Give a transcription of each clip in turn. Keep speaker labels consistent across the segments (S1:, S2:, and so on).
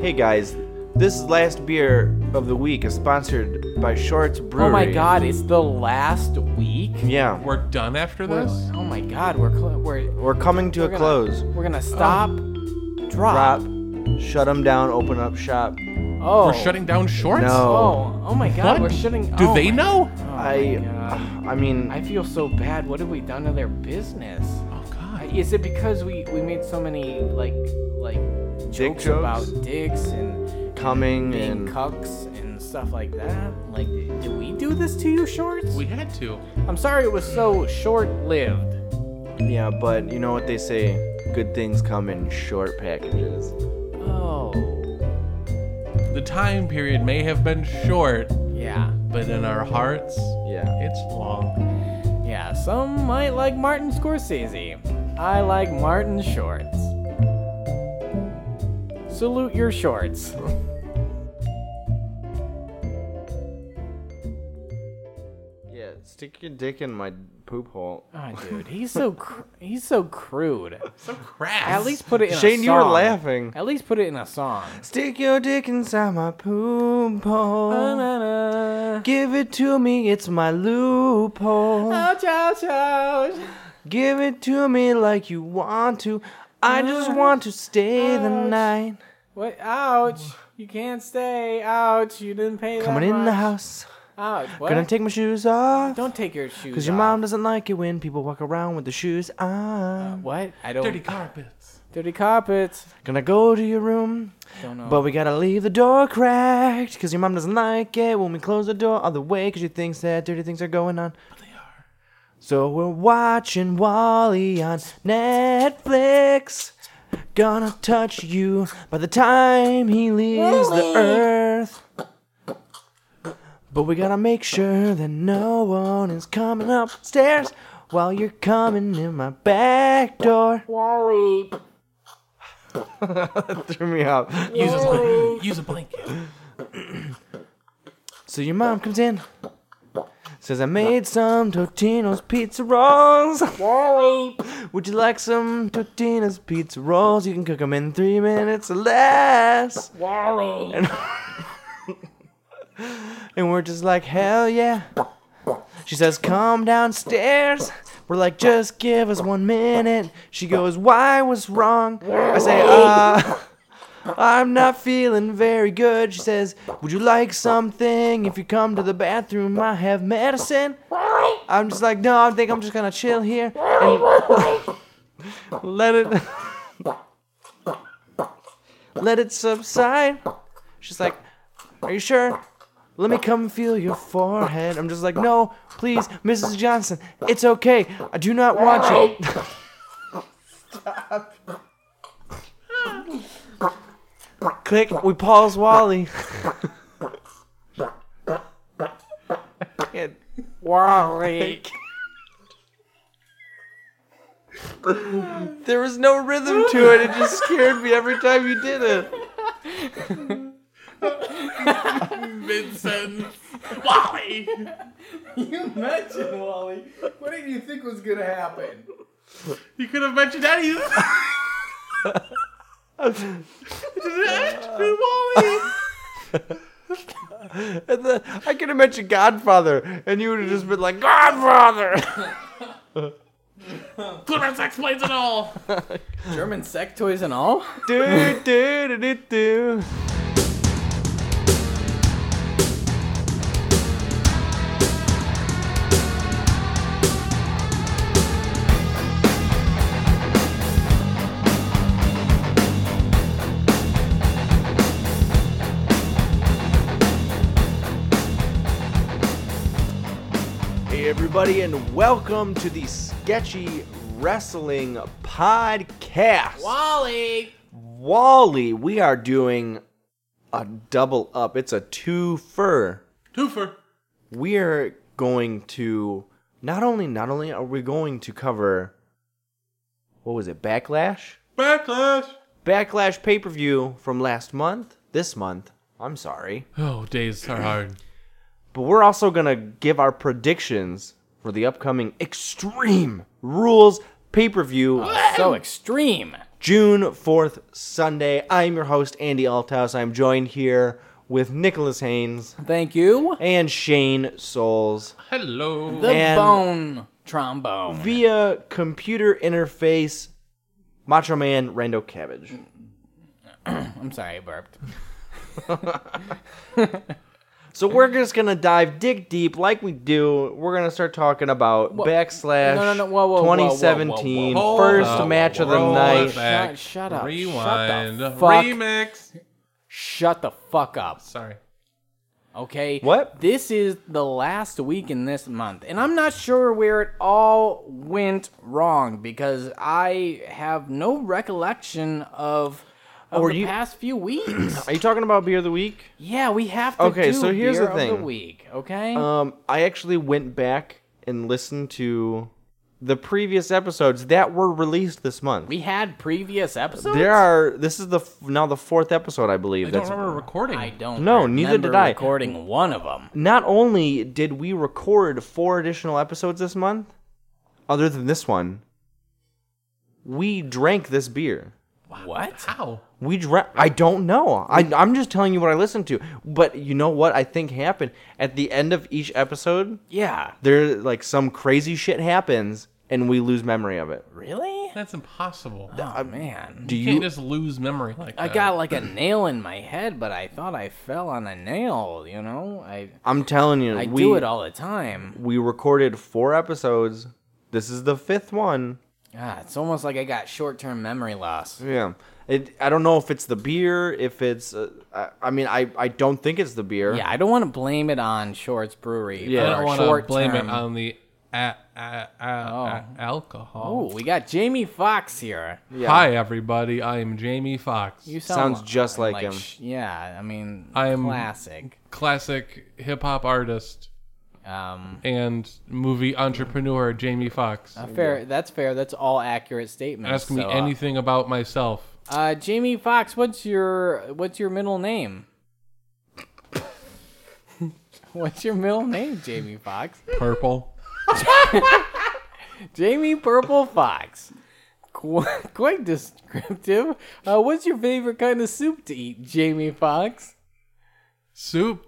S1: Hey guys, this last beer of the week is sponsored by Shorts Brewery.
S2: Oh my god, it's the last week.
S1: Yeah, we're,
S3: We're done after
S2: We're-
S3: this?
S2: oh my god, we're cl- we're
S1: coming to
S2: we're
S1: a
S2: gonna-
S1: close.
S2: We're gonna stop,
S1: Drop,
S2: drop.
S1: shut them down, open up shop.
S2: Oh,
S3: We're shutting down shorts?
S1: No.
S2: Oh, oh my god,
S3: What?
S2: we're shutting.
S3: Do
S2: oh
S3: they
S2: my-
S3: know?
S2: Oh my
S1: I,
S2: God.
S1: I mean,
S2: I feel so bad. What have we done to their business?
S3: Oh
S2: I-
S3: god.
S2: Is it because we we made so many like like jokes,
S1: Dick jokes?
S2: about dicks and
S1: coming
S2: being
S1: and
S2: cucks and stuff like that? Like, did we do this to you, shorts?
S3: We had to.
S2: I'm sorry, it was so short-lived.
S1: yeah, but you know what they say? Good things come in short packages.
S2: Oh,
S3: The time period may have been short,
S2: yeah,
S3: but in our hearts,
S1: Yeah.
S3: it's long.
S2: yeah. Some might like Martin Scorsese. I like Martin Shorts. Salute your shorts.
S1: Yeah, stick your dick in my poop hole.
S2: Oh, dude, he's so cr- he's so crude.
S3: So crass.
S2: At least put it in a
S1: Shane,
S2: song.
S1: you were laughing.
S2: At least put it in a song.
S1: Stick your dick inside my poop hole. Give it to me, it's my loophole.
S2: Ouch, ouch, ouch.
S1: Give it to me like you want to. I just
S2: Uh,
S1: want to stay the night.
S2: What? Ouch. You can't stay. Ouch. You didn't pay that
S1: Coming in the
S2: much.
S1: house.
S2: Ouch. What?
S1: Gonna take my shoes off.
S2: Don't take your shoes
S1: Cause your
S2: off.
S1: mom doesn't like it when people walk around with the shoes on.
S2: Uh, What? I don't.
S3: dirty carpets.
S2: Dirty carpets.
S1: Gonna go to your room,
S2: Don't know.
S1: but we gotta leave the door cracked. Cause your mom doesn't like it when we close the door all the way. Cause she thinks that dirty things are going on. So we're watching Wally on Netflix. Gonna touch you by the time he leaves the earth. But we gotta make sure that no one is coming upstairs while you're coming in my back door.
S2: Wally.
S1: Threw me off.
S3: Use a, blan- use a blanket.
S1: So your mom comes in, says, I made some Totino's pizza rolls.
S2: Wally.
S1: Would you like some Totino's pizza rolls? You can cook them in three minutes or less.
S2: Wally.
S1: And we're just like, hell yeah. She says, come downstairs. We're like, just give us one minute. She goes, why was wrong? I say, uh, I'm not feeling very good. She says, would you like something? If you come to the bathroom, I have medicine. I'm just like, no, I think I'm just gonna chill here and let it let it subside. She's like, are you sure? Let me come feel your forehead. I'm just like, no, please, Mrs. Johnson, it's okay. I do not want you. Click. We pause Wally. I can't-
S2: Wally.
S1: There was no rhythm to it. It just scared me every time you did it.
S3: Vincent. Wally.
S2: You mentioned Wally. What did you think was gonna happen?
S3: You could have mentioned anything. Wally.
S1: And then I could have mentioned Godfather, and you would have just been like, Godfather!
S3: Climax explains it all.
S2: German sex toys and all?
S1: do, do, do, do, do. Hey, everybody, and welcome to the Sketchy Wrestling Podcast.
S2: Wally.
S1: Wally, we are doing a double up. It's a two fur.
S3: Twofer.
S1: We are going to not only not only are we going to cover what was it? Backlash?
S3: Backlash.
S1: Backlash pay-per-view from last month, this month. I'm sorry.
S3: Oh, days are hard.
S1: But we're also going to give our predictions for the upcoming Extreme Rules pay-per-view
S2: So extreme.
S1: June 4th, Sunday. I'm your host, Andy Althouse. I'm joined here with Nicholas Haynes
S2: Thank you.
S1: and Shane Souls
S3: Hello.
S2: The
S1: And-
S2: bone trombone.
S1: via computer interface Macho Man Rando Cabbage.
S2: I'm sorry, I burped.
S1: So we're just gonna dive dig deep like we do. We're gonna start talking about backslash
S2: No, no, no. Whoa, whoa, whoa, whoa, whoa,
S1: 2017
S2: whoa, whoa,
S3: Hold
S1: first
S3: up.
S1: match of the
S3: Roll it
S1: night.
S3: back.
S2: Shut- shut up. Shut the
S3: Rewind.
S2: fuck-
S3: Remix.
S2: Shut the fuck up.
S3: Sorry.
S2: Okay.
S1: What?
S2: This is the last week in this month, and I'm not sure where it all went wrong because I have no recollection of, of
S1: were
S2: the
S1: you-
S2: past few weeks.
S1: Are you talking about beer of the week?
S2: yeah, we have to.
S1: Okay,
S2: do
S1: so here's the
S2: beer of
S1: thing.
S2: week, okay.
S1: Um, I actually went back and listened to the previous episodes that were released this month.
S2: we had previous episodes.
S1: There are. This is the f- now the fourth episode, I believe.
S3: I don't
S1: that's
S3: remember recording.
S2: I don't.
S1: No, neither did
S2: remember
S1: I.
S2: Recording one of them.
S1: not only did we record four additional episodes this month, other than this one, we drank this beer.
S2: What?
S3: How?
S1: We drank. I don't know. I, I'm just telling you what I listened to. But you know what I think happened at the end of each episode.
S2: Yeah.
S1: There, like some crazy shit happens, and we lose memory of it.
S2: Really?
S3: That's impossible.
S2: Oh man.
S1: Uh, Do
S3: You can't
S1: you?
S3: just lose memory like
S2: I
S3: that.
S2: got like a nail in my head, but I thought I fell on a nail. You know, I
S1: I'm telling you,
S2: I
S1: we
S2: do it all the time.
S1: we recorded four episodes. This is the fifth one.
S2: Ah, it's almost like I got short-term memory loss.
S1: Yeah. It, I don't know if it's the beer, if it's. Uh, I, I mean, I, I don't think it's the beer.
S2: Yeah, I don't want to blame it on Shorts Brewery.
S1: Yeah.
S3: I
S2: for
S3: don't
S2: our
S3: want to
S2: short-term-
S3: blame it on the a- a- a- a- alcohol.
S2: Oh, we got Jamie Foxx here.
S1: Yeah.
S3: Hi, everybody. I am Jamie Foxx.
S2: You
S1: Sounds just like him.
S2: sh- yeah, I mean,
S3: I'm-
S2: classic.
S3: Classic hip hop artist
S2: Um,
S3: and movie entrepreneur Jamie Foxx.
S2: a fair. That's fair. That's all accurate statements.
S3: Ask me
S2: so, uh,
S3: anything about myself.
S2: Uh, Jamie Foxx, what's your what's your middle name? what's your middle name, Jamie Foxx?
S3: Purple.
S2: Jamie Purple Fox. Qu- Quite descriptive. Uh, what's your favorite kind of soup to eat, Jamie Fox?
S3: Soup.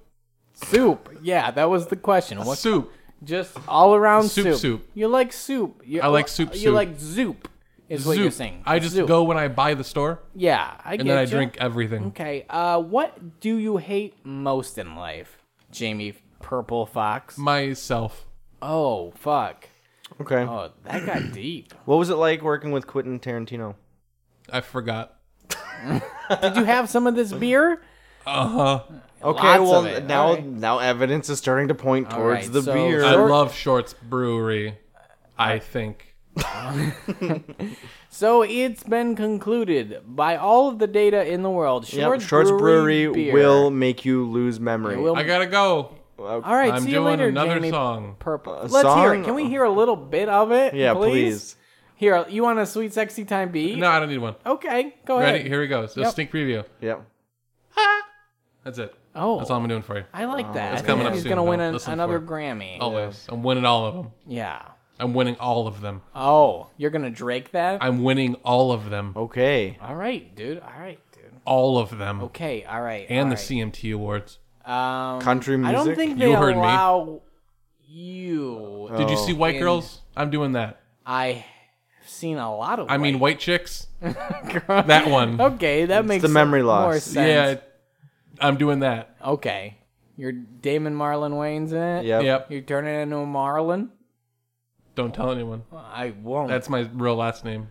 S2: Soup. Yeah, that was the question. What's
S3: Soup.
S2: just all around
S3: Soup,
S2: soup?
S3: soup.
S2: You like soup. You,
S3: I like soup,
S2: You
S3: soup.
S2: like zoop. Is what you're saying.
S3: I just
S2: Zoop.
S3: go when I buy the store
S2: Yeah, I
S3: and then I
S2: getcha.
S3: drink everything.
S2: Okay. Uh, what do you hate most in life, Jamie Purple Fox?
S3: Myself.
S2: Oh fuck.
S1: Okay.
S2: Oh, that got deep.
S1: What was it like working with Quentin Tarantino?
S3: I forgot.
S2: Did you have some of this beer?
S3: Uh huh.
S1: Okay,
S2: Lots of
S1: well
S2: it.
S1: now
S2: All right.
S1: now evidence is starting to point towards
S2: right,
S1: the
S2: so-
S1: beer.
S3: I
S2: Short-
S3: love Shorts Brewery. I think.
S2: So it's been concluded by all of the data in the world. Shorts,
S1: Yep, Shorts Brewery,
S2: Brewery, beer.
S1: will make you lose memory.
S2: It will-
S3: I gotta go.
S2: All right,
S3: I'm
S2: see you
S3: doing
S2: later,
S3: another
S2: Jamie
S3: song.
S2: Purple.
S1: A
S2: Let's hear it.
S1: song?
S2: Can we hear a little bit of it?
S1: yeah,
S2: please.
S1: please.
S2: Here, you want a sweet, sexy time beat?
S3: No, I don't need one.
S2: Okay, go
S3: Ready?
S2: ahead.
S3: Here he goes. A
S2: Yep.
S3: sneak preview.
S1: Yeah.
S3: That's it.
S2: Oh,
S3: That's all I'm doing for you.
S2: I like that. I think
S3: coming up
S2: he's
S3: soon,
S2: gonna win
S3: though.
S2: an-
S3: Listen
S2: another
S3: for it. Oh.
S2: Grammy.
S3: Always. I'm winning all of them.
S2: Yeah.
S3: I'm winning all of them.
S2: Oh, you're gonna Drake that?
S3: I'm winning all of them.
S1: Okay.
S2: all right, dude. All right, dude.
S3: All of them.
S2: Okay, all right.
S3: And
S2: all
S3: the
S2: right.
S3: CMT Awards.
S2: Um,
S1: Country
S2: I don't
S1: music?
S2: think they
S3: You heard me.
S2: allow you.
S3: Did you see White
S2: In-
S3: Girls? I'm doing that.
S2: I've seen a lot of.
S3: I mean, White Chicks. that one.
S2: Okay, that makes
S1: the memory loss.
S2: more sense.
S3: Yeah, it- I'm doing that.
S2: Okay. You're Damon Marlon Wayne's in it.
S1: Yep.
S3: Yep.
S2: You're turning into a Marlon.
S3: Don't tell anyone.
S2: I won't.
S3: That's my real last name.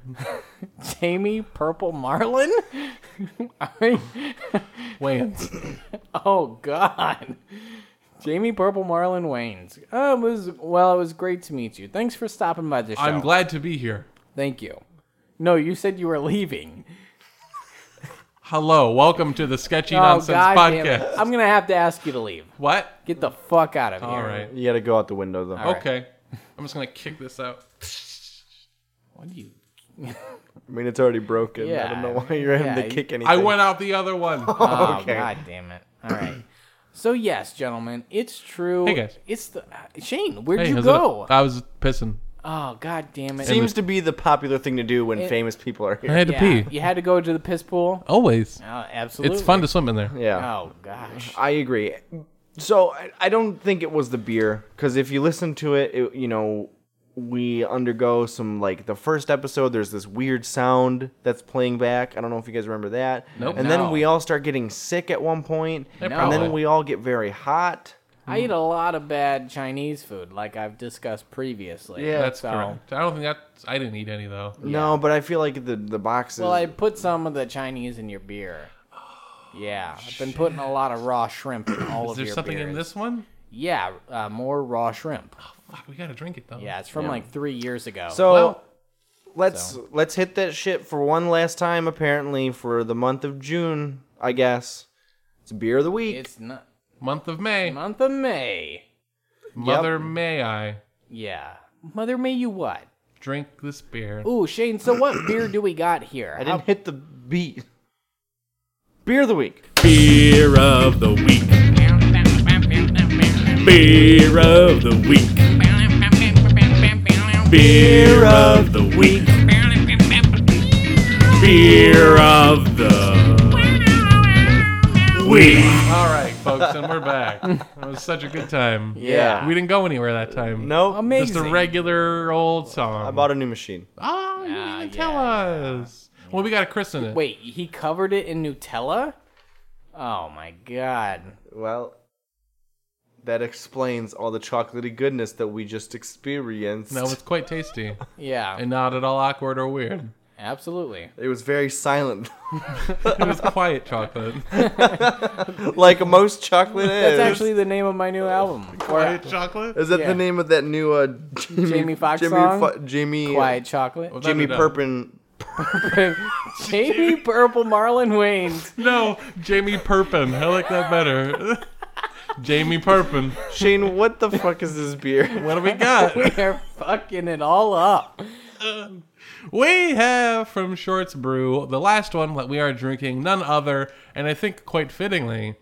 S2: Jamie Purple Marlin. I-
S3: Wayans.
S2: oh God. Jamie Purple Marlon Wayne's. Oh, it was well. It was great to meet you. Thanks for stopping by the show.
S3: I'm glad to be here.
S2: Thank you. No, you said you were leaving.
S3: Hello. Welcome to the Sketchy
S2: oh
S3: Nonsense
S2: God! damn it.
S3: Podcast.
S2: I'm gonna have to ask you to leave.
S3: What?
S2: Get the fuck out of here.
S3: All right.
S1: You got to go out the window though.
S2: right.
S3: Okay. I'm just going to kick this out.
S2: What do you?
S1: I mean it's already broken. I
S2: Yeah.
S1: don't know why you're having
S2: Yeah,
S1: to
S2: you-
S1: kick anything.
S3: I went out the other one.
S2: Oh,
S1: Okay.
S2: God damn it. All right. So, yes, gentlemen, it's true.
S3: Hey, guys.
S2: It's the. uh, Shane, where'd
S3: Hey,
S2: you
S3: how's it-
S2: go?
S3: I was pissing.
S2: Oh god damn it!
S1: Seems to be the popular thing to do when famous people are
S3: I
S1: here.
S3: had
S2: yeah,
S3: to pee.
S2: you had to go to the piss pool.
S3: Always.
S2: Oh, absolutely.
S3: It's fun to swim in there.
S1: Yeah.
S2: Oh gosh.
S1: I agree. So I- I don't think it was the beer because if you listen to it, it, you know, we undergo some like the first episode. There's this weird sound that's playing back. I don't know if you guys remember that.
S3: Nope.
S1: And
S2: No.
S1: then we all start getting sick at one point, and
S3: probably.
S1: then we all get very hot.
S2: I eat a lot of bad Chinese food, like I've discussed previously.
S1: Yeah.
S3: That's
S2: So-
S3: correct. I don't think that's. I didn't eat any though.
S1: No, but I feel like the the boxes.
S2: Well, I put some of the Chinese in your beer. Yeah, I've been putting a lot of raw shrimp in all
S3: Is
S2: of
S3: there
S2: your
S3: something in
S2: beers.
S3: this one?
S2: Yeah, uh, more raw shrimp.
S3: Fuck, we gotta drink it though.
S2: Yeah, it's from like three years ago.
S1: So
S3: Well-
S1: let's let's hit that shit for one last time. Apparently for the month of June, I guess it's beer of the week.
S2: it's not
S3: Month of May.
S2: month of May.
S3: Mother, may I
S2: Yeah, Mother May, you what?
S3: drink this beer?
S2: Ooh, Shane. So what beer do we got here?
S1: I didn't hit the beat. Beer of the week.
S4: Beer of the week. Beer of the week. Beer of the week. Beer of the week.
S3: All right, folks, and we're back. It was such a good time.
S1: Yeah.
S3: We didn't go anywhere that time.
S1: No,
S2: Amazing.
S3: Just a regular old song.
S1: I bought a new machine.
S3: Oh, you
S2: Ah,
S3: didn't
S2: yeah,
S3: even tell us. Well, we gotta christen it.
S2: Wait, he covered it in Nutella? Oh my god.
S1: Well, that explains all the chocolatey goodness that we just experienced.
S3: No, it's quite tasty
S2: Yeah,
S3: and not at all awkward or weird.
S2: absolutely.
S1: it was very silent,
S3: It was quiet chocolate.
S1: like most chocolate is.
S2: That's actually the name of my new album. Or
S3: Quiet chocolate.
S1: is that
S2: yeah.
S1: the name of that new uh, Jamie,
S2: Jamie Foxx
S1: Jamie,
S2: song?
S1: Fo- Jamie
S2: Quiet Chocolate.
S3: Well,
S1: uh, Jimmy
S3: no, no, no.
S1: Perpin.
S2: Jamie Purple Marlon Wayans.
S3: No, Jamie Perpin. I like that better. Jamie Perpin.
S1: Shane, what the fuck is this beer?
S3: What do we got?
S2: They're fucking it all up.
S3: We have from Shorts Brew the last one that we are drinking, none other, and I think quite fittingly,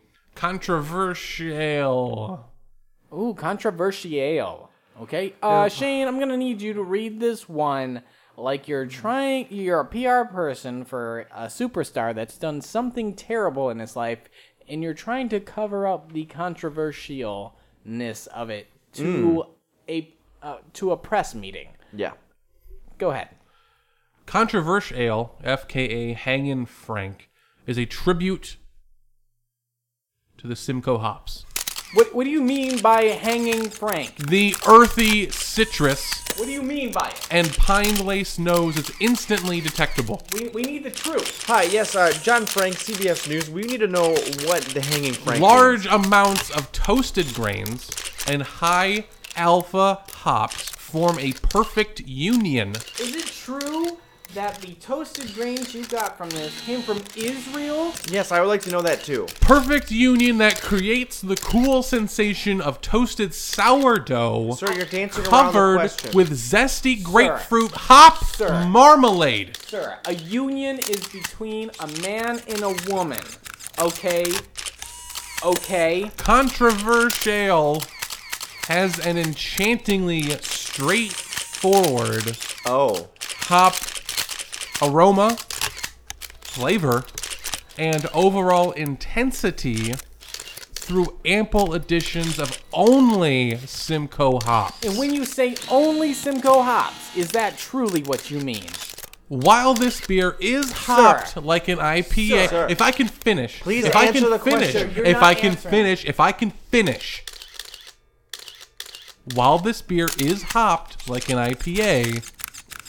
S3: controversial.
S2: Ooh, controversial. Okay, uh, Shane, I'm gonna need you to read this one like you're trying. You're a PR person for a superstar that's done something terrible in his life, and you're trying to cover up the controversialness of it to a uh, to a press meeting.
S1: Yeah.
S2: Go ahead.
S3: Controversial, FKA Hangin' Frank, is a tribute to the Simcoe hops.
S2: What What do you mean by hanging Frank?
S3: The earthy citrus
S2: What do you mean by it?
S3: and pine lace nose is instantly detectable.
S2: We, we need the truth.
S1: Hi, yes, uh, John Frank, CBS News. We need to know what the hanging Frank.
S3: Large amounts of toasted grains and high alpha hops form a perfect union.
S2: Is it true that the toasted grains you got from this came from Israel?
S1: is. Yes, I would like to know that too.
S3: Perfect union that creates the cool sensation of toasted sourdough
S1: Sir, you're dancing around the
S3: covered
S1: question.
S3: with zesty grapefruit hop
S2: Sir.
S3: marmalade.
S2: Sir, a union is between a man and a woman. Okay? Okay?
S3: Controversial has an enchantingly straightforward
S1: oh,
S3: hop aroma, flavor, and overall intensity through ample additions of only Simcoe hops.
S2: And when you say only Simcoe hops, is that truly what you mean?
S3: While this beer is hopped like an IPA,
S1: Sir.
S3: if I can finish,
S1: Please
S3: if I can
S1: answer the
S3: finish,
S1: question.
S2: You're
S3: if
S2: not
S3: I can
S2: answering.
S3: finish, if I can finish. While this beer is hopped like an IPA,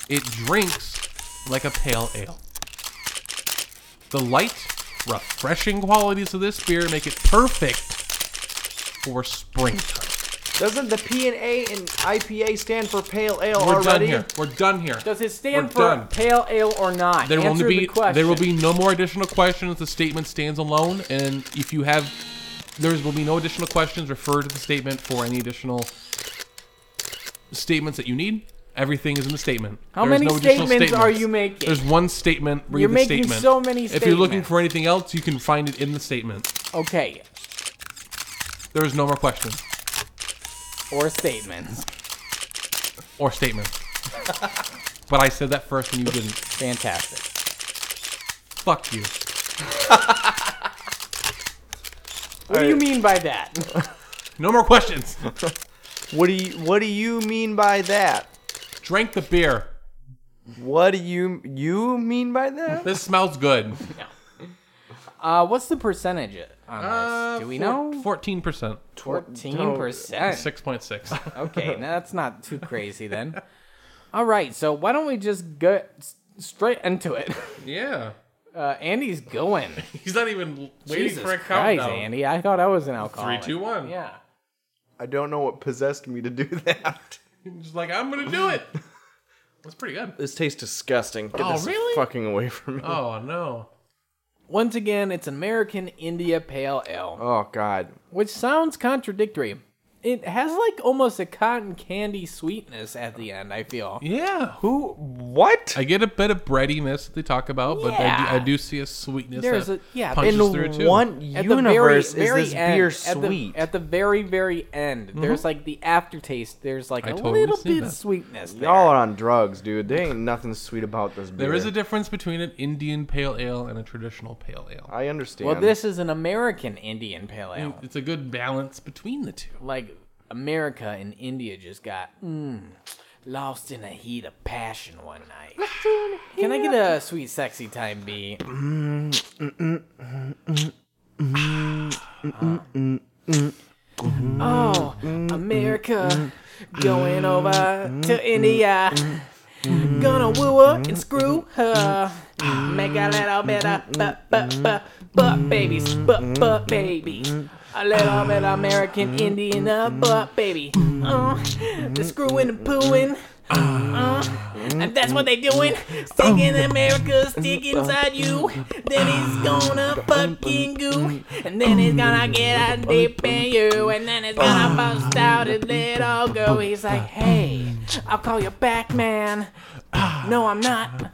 S3: it drinks like a pale ale. The light, refreshing qualities of this beer make it perfect for springtime.
S1: doesn't the P and A and IPA stand for pale ale
S3: We're done
S1: already?
S3: here. We're done here.
S2: Does it stand
S3: We're
S2: for
S3: done.
S2: pale ale or not?
S3: There will
S2: Answer
S3: be
S2: the question.
S3: there will be no more additional questions. The statement stands alone, and if you have, there will be no additional questions. Refer to the statement for any additional statements that you need. Everything is in the statement.
S2: How
S3: There is
S2: many
S3: no additional
S2: statements are
S3: statements.
S2: you making?
S3: There's one statement. Read
S2: You're
S3: the
S2: making
S3: statement.
S2: so many
S3: If you're looking
S2: statements.
S3: for anything else, you can find it in the statement.
S2: Okay.
S3: There is no more questions
S2: Or statements.
S3: or statements. But I said that first and you didn't.
S2: Fantastic.
S3: Fuck you.
S2: What do you mean by that?
S3: No more questions.
S1: What do you What do you mean by that?
S3: Drank the beer.
S1: What do you you mean by that?
S3: This smells good.
S2: Uh, what's the percentage on this?
S3: Uh,
S2: do we know?
S3: Fourteen percent.
S2: Fourteen percent.
S3: Six point six.
S2: Okay, now that's not too crazy then. All right, so why don't we just get s- straight into it?
S3: Yeah.
S2: Uh, Andy's going.
S3: He's not even waiting
S2: Jesus
S3: for a
S2: Christ,
S3: countdown.
S2: Andy! I thought I was an alcoholic.
S3: Three, two, one.
S2: Yeah.
S1: I don't know what possessed me to do that.
S3: He's like, I'm gonna do it. That's pretty good.
S1: This tastes disgusting. Get
S3: Oh,
S1: this
S3: really?
S1: fucking away from me. Oh,
S3: Oh no.
S2: Once again, it's American India Pale Ale.
S1: Oh, god.
S2: which sounds contradictory. It has like almost a cotton candy sweetness at the end. I feel.
S3: Yeah.
S1: Who what?
S3: I get a bit of breadiness that they talk about, but
S2: Yeah.
S3: I, do, I do see a sweetness
S2: There's
S3: that
S2: a- yeah,
S3: punches
S1: in
S3: through too.
S1: one
S2: At the
S1: universe
S2: very,
S1: is this
S2: end,
S1: beer
S2: at the-
S1: sweet? Mm-hmm.
S2: At the, very, very end, there's like the aftertaste. There's like a
S3: I totally
S2: little
S3: see
S2: bit of
S3: that.
S2: sweetness. There.
S1: Y'all are on drugs, dude. There ain't nothing sweet about this beer.
S3: There is a difference between an Indian pale ale and a traditional pale ale.
S1: I understand.
S2: well, this is an American Indian Pale Ale.
S3: It's a good balance between the two.
S2: Like America and India just got mm, lost in a heat of passion one night. Can I get a sweet, sexy time beat? Oh, America going over to India. Gonna woo her and screw her. Make a little bit of butt, butt, butt, butt babies, butt, butt babies. A little bit of American Indian uh, butt baby. Uh, the screwing and pooing. Uh, and that's what they doing. Sticking America stick inside you. Then it's gonna fucking goo. And then it's gonna get a deep in you. And then it's gonna bust out his little girl. He's like, hey, I'll call you back, man. No, I'm not.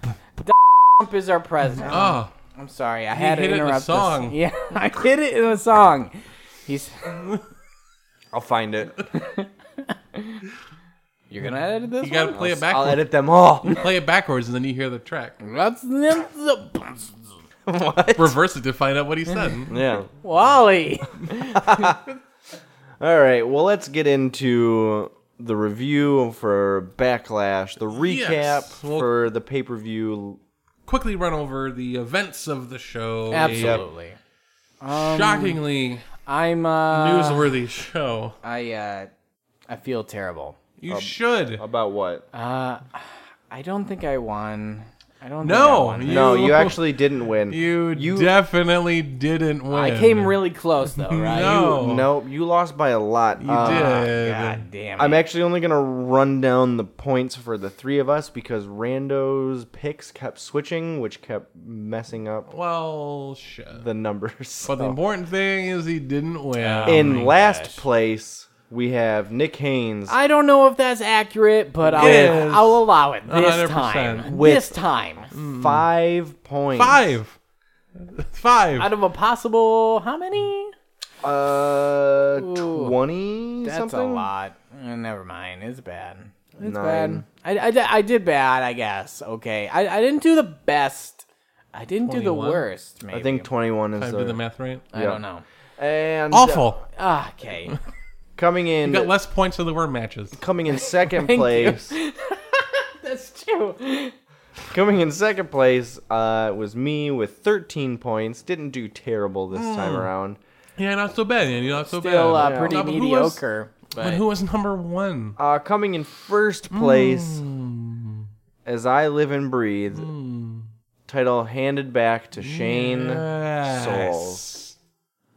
S2: Trump is our president.
S3: Oh,
S2: I'm sorry, I had to
S3: hit it in a
S2: interrupt this.
S3: song.
S2: Yeah, I hit it in a song. He's.
S1: I'll find it.
S2: You're gonna edit this?
S3: you gotta play it
S1: I'll
S3: backwards.
S1: edit them all.
S3: Play it backwards, and then you hear the track.
S2: That's
S1: what?
S3: Reverse it to find out what he said.
S1: Yeah.
S2: Wally.
S1: All right. Well, let's get into the review for Backlash, the recap
S3: Yes. Well-
S1: for the pay per view.
S3: Quickly run over the events of the show.
S2: Absolutely.
S3: A shockingly
S2: I'm. Um, uh...
S3: newsworthy show.
S2: I uh, I feel terrible.
S3: You
S1: um,
S3: should.
S1: About what?
S2: I don't think I won. I don't. think I,
S3: no,
S2: won.
S1: no, you actually didn't win.
S3: You,
S1: You-
S3: definitely didn't win.
S2: I came really close though, right?
S3: No,
S1: no, you lost by a lot. Uh,
S3: you did.
S2: uh, God damn it.
S1: I'm actually only gonna run down the points for the three of us because Rando's picks kept switching, which kept messing up
S3: Well, shit.
S1: the numbers.
S3: But the
S1: So-
S3: important thing is he didn't win.
S1: In last place, we have Nick Haynes.
S2: I don't know if that's accurate, but
S3: Yes.
S2: I'll, I'll allow it this
S3: 100%.
S2: time.
S1: With-
S2: This time,
S1: five points.
S3: Five. Five.
S2: out of a possible how many?
S1: Uh,
S2: Ooh.
S1: twenty.
S2: That's
S1: something?
S2: a lot. Eh, Never mind. It's bad. It's
S1: Nine.
S2: bad. I, I, di- I did bad, I guess. Okay. I, I didn't do the best. I didn't do the
S3: 21?
S2: worst, maybe.
S1: I think twenty-one
S3: I
S1: is
S3: did the
S1: the
S3: math right.
S2: I don't know.
S1: and uh,
S3: Awful.
S2: Ah, okay.
S1: coming in.
S3: You got less points than there were matches.
S1: Coming in second
S2: Thank you.
S1: place.
S2: That's true.
S1: Coming in second place uh, was me with thirteen points. Didn't do terrible this
S3: Mm.
S1: time around.
S3: Yeah, not so bad. Andy, not so
S2: Still
S3: bad.
S2: uh, pretty
S3: No, but who was-
S2: mediocre.
S3: But
S2: But
S3: who was number one?
S1: Uh, coming in first place,
S3: Mm.
S1: as I live and breathe. Title handed back to Shane Souls.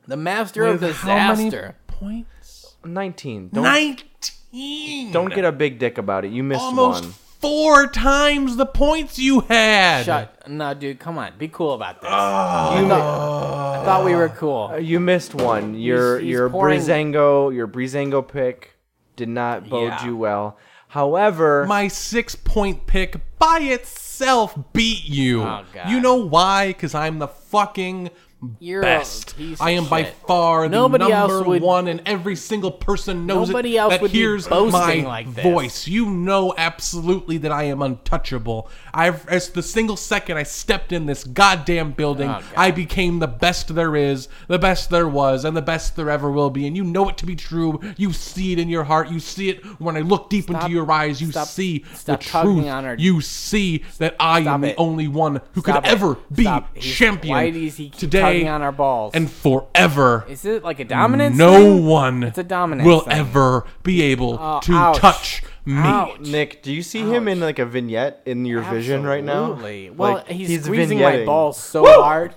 S2: the master
S3: With
S2: of disaster.
S3: How many points?
S1: Nineteen. Don't
S3: 19.
S1: don't get a big dick about it. You missed
S3: Almost
S1: one.
S3: four times the points you had.
S2: Shut. No, dude, come on. Be cool about this.
S3: Ah,
S1: You mi-
S2: I thought we were cool.
S1: Uh, You missed one. Your
S2: he's
S1: your
S2: pouring-
S1: Brizango your Brizango pick did not bode
S2: Yeah.
S1: you well. However,
S3: My six point pick by itself beat you.
S2: Oh, God.
S3: You know why? Because I'm the fucking
S2: You're a
S3: best.
S2: piece
S3: I
S2: of
S3: am by
S2: shit.
S3: far the
S2: Nobody else
S3: number
S2: would-
S3: one, and every single person knows
S2: Nobody
S3: it.
S2: else
S3: that
S2: would be
S3: hears my
S2: boasting like this.
S3: voice. You know absolutely that I am untouchable. I've as the single second I stepped in this goddamn building,
S2: Oh, God.
S3: I became the best there is, the best there was, and the best there ever will be. And you know it to be true. You see it in your heart. You see it when I look deep
S2: Stop-
S3: into your eyes. You
S2: stop-
S3: see
S2: stop
S3: the
S2: tugging
S3: truth.
S2: on our-
S3: You see that I am
S2: Stop
S3: the
S2: it.
S3: only one who
S2: Stop
S3: could
S2: it.
S3: ever be
S2: Stop. He's-
S3: champion
S2: why does he keep
S3: today
S2: tugging on our balls?
S3: and forever.
S2: Is it like a dominance?
S3: no
S2: thing?
S3: one
S2: It's a dominance
S3: will
S2: thing.
S3: ever be able
S2: Oh,
S3: to
S2: ouch.
S3: touch me.
S2: Ouch.
S1: Nick, do you see him in like a vignette in your vision right now?
S2: Absolutely. Well,
S1: Like,
S2: he's, squeezing my
S1: vignetting.
S2: balls so
S1: Woo!
S2: hard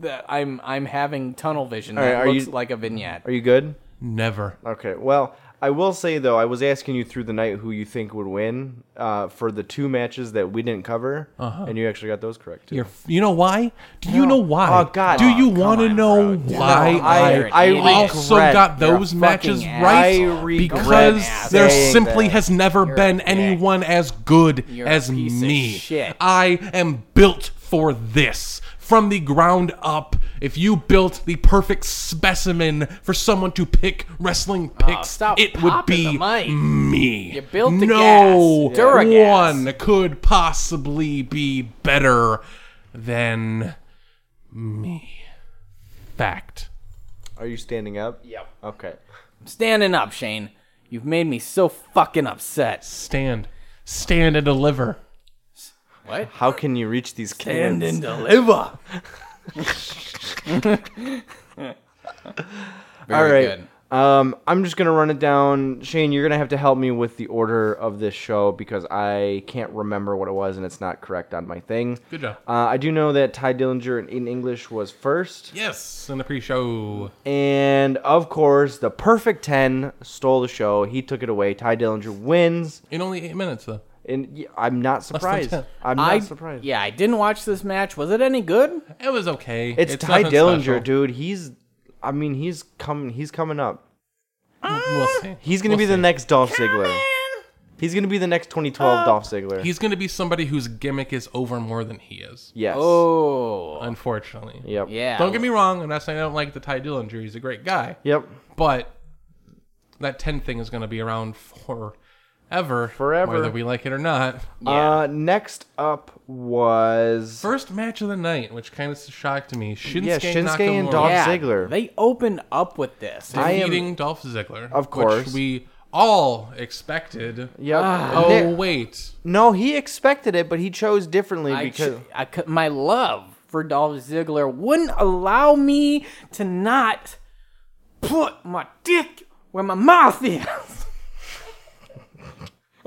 S2: that I'm I'm having tunnel vision.
S1: right,
S2: that
S1: are
S2: looks
S1: you-
S2: like a vignette.
S1: Are you good?
S3: Never.
S1: Okay. Well, I will say though, I was asking you through the night who you think would win uh, for the two matches that we didn't cover,
S2: Uh-huh.
S1: and you actually got those correct. Too.
S3: You're, you know why? Do you know why?
S1: Oh, God.
S3: Do you
S2: Oh, come
S3: want to
S2: on,
S3: know
S2: bro, dude.
S3: why
S2: No,
S1: I-
S3: I,
S1: I
S3: also
S1: regret-
S3: got
S1: you're a
S3: those matches
S2: fucking
S3: right?
S2: asshole. I
S1: regret
S3: because there
S1: saying
S3: simply
S1: that.
S3: has never
S2: a
S3: been
S2: dick.
S3: anyone as good
S2: You're a
S3: as
S2: piece of
S3: me.
S2: shit.
S3: I am built for this. From the ground up, if you built the perfect specimen for someone to pick wrestling picks,
S2: Oh, stop
S3: it would
S2: popping the
S3: be
S2: mic.
S3: me. You
S2: built the
S3: no
S2: gas. Duragas.
S3: one could possibly be better than me. Fact.
S1: Are you standing up? Yep. Okay.
S2: I'm standing up, Shane. You've made me so fucking upset.
S3: Stand. Stand and deliver.
S2: What?
S1: How can you reach these
S2: Stand
S1: cans?
S2: and deliver. Very
S1: All right.
S2: good.
S1: Um, I'm just gonna run it down. Shane, you're gonna have to help me with the order of this show because I can't remember what it was and it's not correct on my thing.
S3: Good job.
S1: Uh, I do know that Ty Dillinger in, in English was first,
S3: Yes, in the pre-show.
S1: and of course, the perfect ten stole the show. He took it away. Ty Dillinger wins,
S3: In only eight minutes, though.
S1: and y- I'm not surprised.
S3: 10.
S1: I'm not
S2: I,
S1: surprised.
S2: Yeah, I didn't watch this match. Was it any good?
S3: It was okay.
S1: it's, Ty
S3: nothing
S1: Dillinger,
S3: special.
S1: dude. He's, I mean, he's coming. He's coming up.
S3: We'll see.
S1: He's gonna
S3: We'll
S1: be the
S3: see.
S1: next Dolph Ziggler. He's gonna be the next 2012
S3: Oh,
S1: Dolph Ziggler.
S3: He's going to be somebody whose gimmick is over more than he is.
S1: yes.
S2: Oh,
S3: Unfortunately.
S1: Yep.
S2: yeah.
S3: Don't get me wrong. I'm not saying I don't like the Ty Dillinger. He's a great guy.
S1: Yep.
S3: But that 10 thing is going to be around forever.
S1: Forever.
S3: Whether we like it or not.
S1: Uh, next up was
S3: First match of the night, which kind of shocked me. Shinsuke,
S1: Yeah, Shinsuke
S3: Nakamura
S1: and Dolph
S2: Yeah,
S1: Ziggler.
S2: They opened up with this.
S1: I am-
S3: defeating Dolph Ziggler.
S1: Of course.
S3: Which we all expected.
S1: yep.
S3: Oh,
S1: Nick-
S3: wait.
S1: no, he expected it, but he chose differently
S2: I,
S1: because
S2: ch- I cou- my love for Dolph Ziggler wouldn't allow me to not put my dick where my mouth is.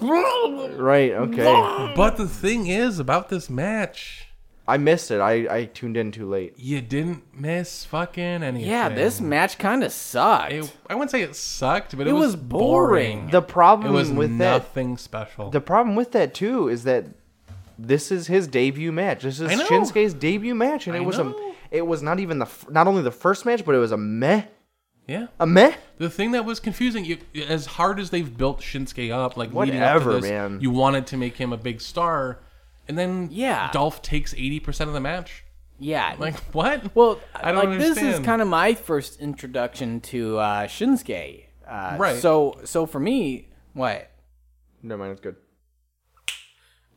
S1: right. Okay,
S3: But the thing is about this match,
S1: I missed it. I I tuned in too late.
S3: you didn't miss fucking anything.
S2: yeah, this match kind of sucked.
S3: It, I wouldn't say it sucked, but it,
S2: It
S3: was,
S2: was boring.
S1: The
S3: It
S1: problem
S3: was
S1: with that.
S3: nothing special.
S1: The problem with that too is that this is his debut match. This is
S3: I know.
S1: Shinsuke's debut match, and it
S3: I
S1: was
S3: know.
S1: a. It was not even the f- not only the first match, but it was a meh,
S3: yeah.
S1: a meh.
S3: The thing that was confusing, you, as hard as they've built Shinsuke up, like
S1: Whatever,
S3: leading up to this,
S1: man.
S3: you wanted to make him a big star, and then
S2: Yeah.
S3: Dolph takes eighty percent of the match.
S2: yeah.
S3: Like what?
S2: well,
S3: I don't
S2: like this is
S3: understand.
S2: kind of my first introduction to uh, Shinsuke. Uh,
S3: Right.
S2: So, so for me, what?
S1: No mind, it's good.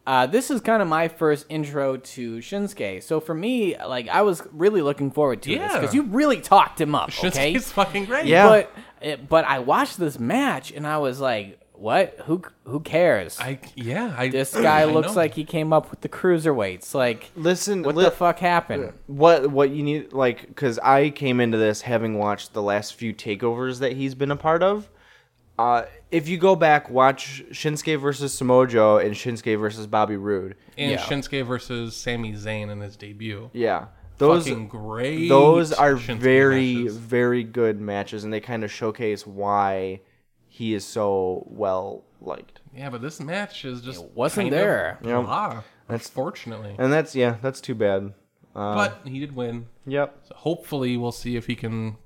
S2: Uh, this is kind of my first intro to Shinsuke. So for me, like I was really looking forward to this
S3: Yeah.
S2: because you really talked him up.
S3: Shinsuke's
S2: okay,
S3: fucking great.
S1: Yeah.
S2: but it, but I watched this match and I was like, what? Who who cares?
S3: I yeah. I,
S2: this guy
S3: I
S2: looks
S3: know.
S2: like he came up with the cruiserweights. Like
S1: Listen,
S2: what
S1: li-
S2: the fuck happened?
S1: what what you need like because i came into this having watched the last few takeovers that he's been a part of uh, if you go back watch shinsuke versus samoa joe and shinsuke versus bobby roode
S3: and
S2: Yeah.
S3: Shinsuke versus Sami Zayn in his debut.
S1: yeah those
S3: fucking great.
S1: those are
S3: Shinsuke
S1: very
S3: matches.
S1: very good matches and they kind of showcase why he is so well liked
S3: Yeah, but this match is just
S2: wasn't
S3: kind
S2: there.
S3: Of blah,
S1: That's-
S3: unfortunately.
S1: and that's yeah that's too bad
S3: but he did win.
S1: yep
S3: So hopefully, we'll see if he can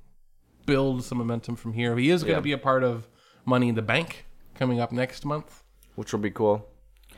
S3: build some momentum from here. He is going to
S1: Yeah.
S3: be a part of Money in the Bank coming up next month.
S1: which will be cool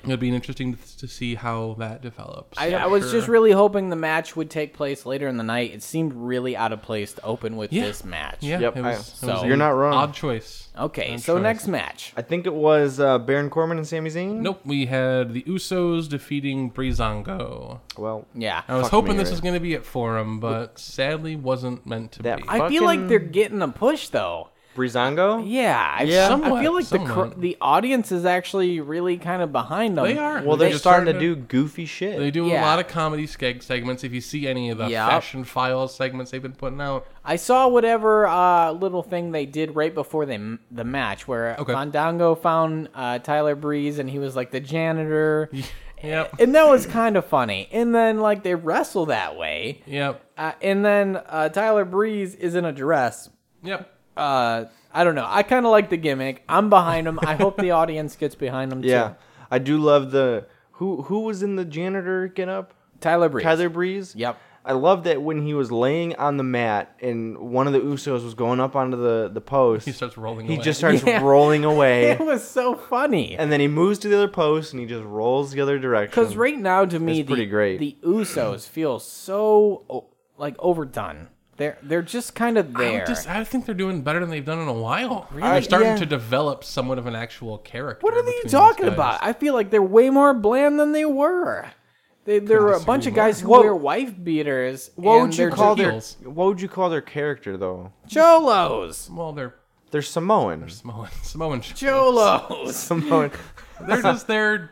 S3: It'd be interesting to, to see how that develops.
S2: I, I was just really hoping the match would take place later in the night. It seemed really out of place to open with
S3: Yeah.
S2: this match.
S3: Yeah,
S1: Yep,
S3: it
S1: I-
S3: was, it
S2: so-
S3: was
S2: You're
S3: an
S1: not wrong.
S3: Odd choice.
S2: Okay,
S3: That's
S2: so
S3: right.
S2: next match.
S1: I think it was uh, Baron Corbin and Sami Zayn.
S3: Nope, we had the Usos defeating Breezango.
S1: Well,
S2: Yeah.
S3: I was
S1: Fuck
S3: hoping
S1: me,
S3: this
S1: right?
S3: was going to be it for him, but sadly wasn't meant to
S1: That
S3: be.
S1: I-
S2: I feel like
S1: Fucking-
S2: they're getting a push though.
S1: Brizongo.
S2: Yeah, I,
S1: Yeah.
S2: I feel
S3: Somewhat,
S2: like the cr-
S3: somewhat.
S2: the audience is actually really kind of behind them.
S3: They are.
S1: Well, they're
S3: just
S1: starting to do goofy shit.
S3: They do
S2: Yeah.
S3: a lot of comedy skeg segments. If you see any of the
S2: Yup.
S3: fashion files segments they've been putting out,
S2: I saw whatever uh, little thing they did right before they, m- the match where
S3: Okay.
S2: Fandango found uh, Tyler Breeze and he was like the janitor.
S3: yep,
S2: And that was kind of funny. And then, like, they wrestle that way.
S3: yep,
S2: Uh, and then uh, Tyler Breeze is in a dress.
S3: yep.
S2: Uh, I don't know. I kind of like the gimmick. I'm behind him. I hope the audience gets behind him,
S1: Yeah,
S2: too.
S1: I do love the who who was in the janitor get up.
S2: Tyler Breeze.
S1: Tyler Breeze.
S2: Yep.
S1: I love that when he was laying on the mat and one of the Usos was going up onto the the post.
S3: He starts rolling.
S1: He
S3: away.
S1: just starts
S2: Yeah.
S1: rolling
S2: It
S1: away,
S2: was so funny.
S1: and then he moves to the other post and he just rolls the other direction.
S2: Because right now, to me,
S1: It's pretty
S2: the,
S1: great.
S2: the Usos feel so oh, like overdone. They're they're just kind of
S3: I
S2: there.
S3: would just- I think they're doing better than they've done in a while.
S1: I-
S3: They're starting
S1: yeah.
S3: to develop somewhat of an actual character.
S2: what are
S3: between
S2: they
S3: these
S2: talking
S3: guys.
S2: about? I feel like they're way more bland than they were. They, they're a
S3: disagree
S2: bunch of
S3: more.
S2: guys who
S1: What-
S2: wear wife beaters.
S1: what
S2: and
S1: would
S2: they're
S1: you call
S2: just
S1: their
S3: heels.
S1: What would you call their character though?
S2: Cholos?
S3: Well, they're
S1: They're Samoan.
S3: Samoan. Samoan. sh-
S2: Cholos.
S1: Samoan.
S3: They're just their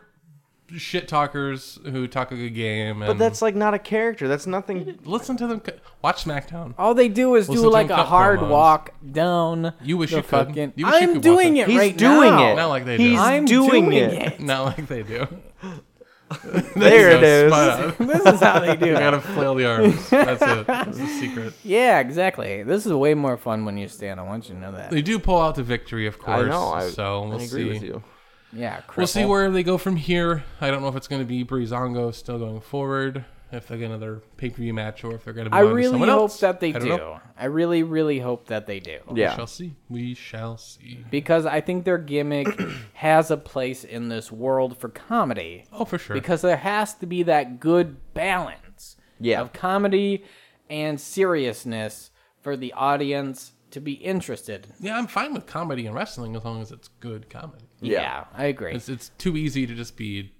S3: shit talkers who talk a good game. And
S1: But that's like not a character. That's nothing.
S3: listen to them. c- Watch SmackDown.
S2: All they do is
S3: Listen
S2: do
S3: to
S2: like
S3: him
S2: a
S3: cut
S2: hard
S3: promos.
S2: walk down.
S3: You wish
S2: the
S3: you could.
S2: fucking-
S3: You wish you
S2: I'm
S3: could walk
S2: doing
S3: that.
S2: it
S1: He's
S2: right
S1: doing
S2: now.
S1: it.
S3: Not like they do.
S1: He's
S2: I'm
S1: doing,
S2: doing
S1: it.
S2: it.
S3: Not like they do.
S1: There it is.
S2: This is how they do
S3: You
S2: it.
S3: gotta flail the arms. That's it. That's the secret.
S2: Yeah, exactly. This is way more fun when you stand. I want you to know that.
S3: They do pull out the victory, of
S1: I
S3: course.
S1: know. I,
S3: so we'll
S1: I agree
S3: see.
S1: with you.
S2: Yeah,
S3: We'll see
S2: cripple.
S3: where they go from here. I don't know if it's going to be Breezango still going forward, if they get another pay per view match, or if they're going to.
S2: I really
S3: someone
S2: hope
S3: else.
S2: that they
S3: I don't
S2: do.
S3: know.
S2: I really, really hope that they do.
S3: We
S1: Yeah.
S3: shall see. We shall see.
S2: Because I think their gimmick has a place in this world for comedy.
S3: Oh, for sure.
S2: Because there has to be that good balance
S1: Yeah.
S2: of comedy and seriousness for the audience to be interested.
S3: yeah, I'm fine with comedy and wrestling as long as it's good comedy.
S1: Yeah.
S2: I agree.
S3: It's it's too easy to just be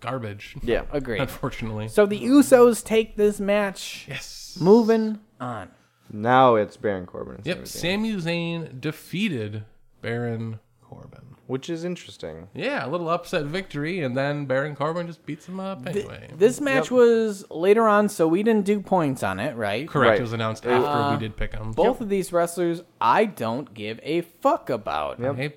S3: garbage.
S1: Yeah.
S2: Agree.
S3: Unfortunately.
S2: So the Usos take this match.
S3: yes.
S2: Moving on.
S1: Now it's Baron Corbin. and
S3: Yep.
S1: Sami Zayn,
S3: Sami Zayn defeated Baron Corbin.
S1: Which is interesting.
S3: Yeah, a little upset victory, and then Baron Corbin just beats him up anyway.
S2: This match was later on, so we didn't do points on it, right? Uh,
S3: Correct.
S1: Right.
S3: It was announced after we did pick him.
S2: Both of these wrestlers, I don't give a fuck about.
S1: Yep.
S3: Hey,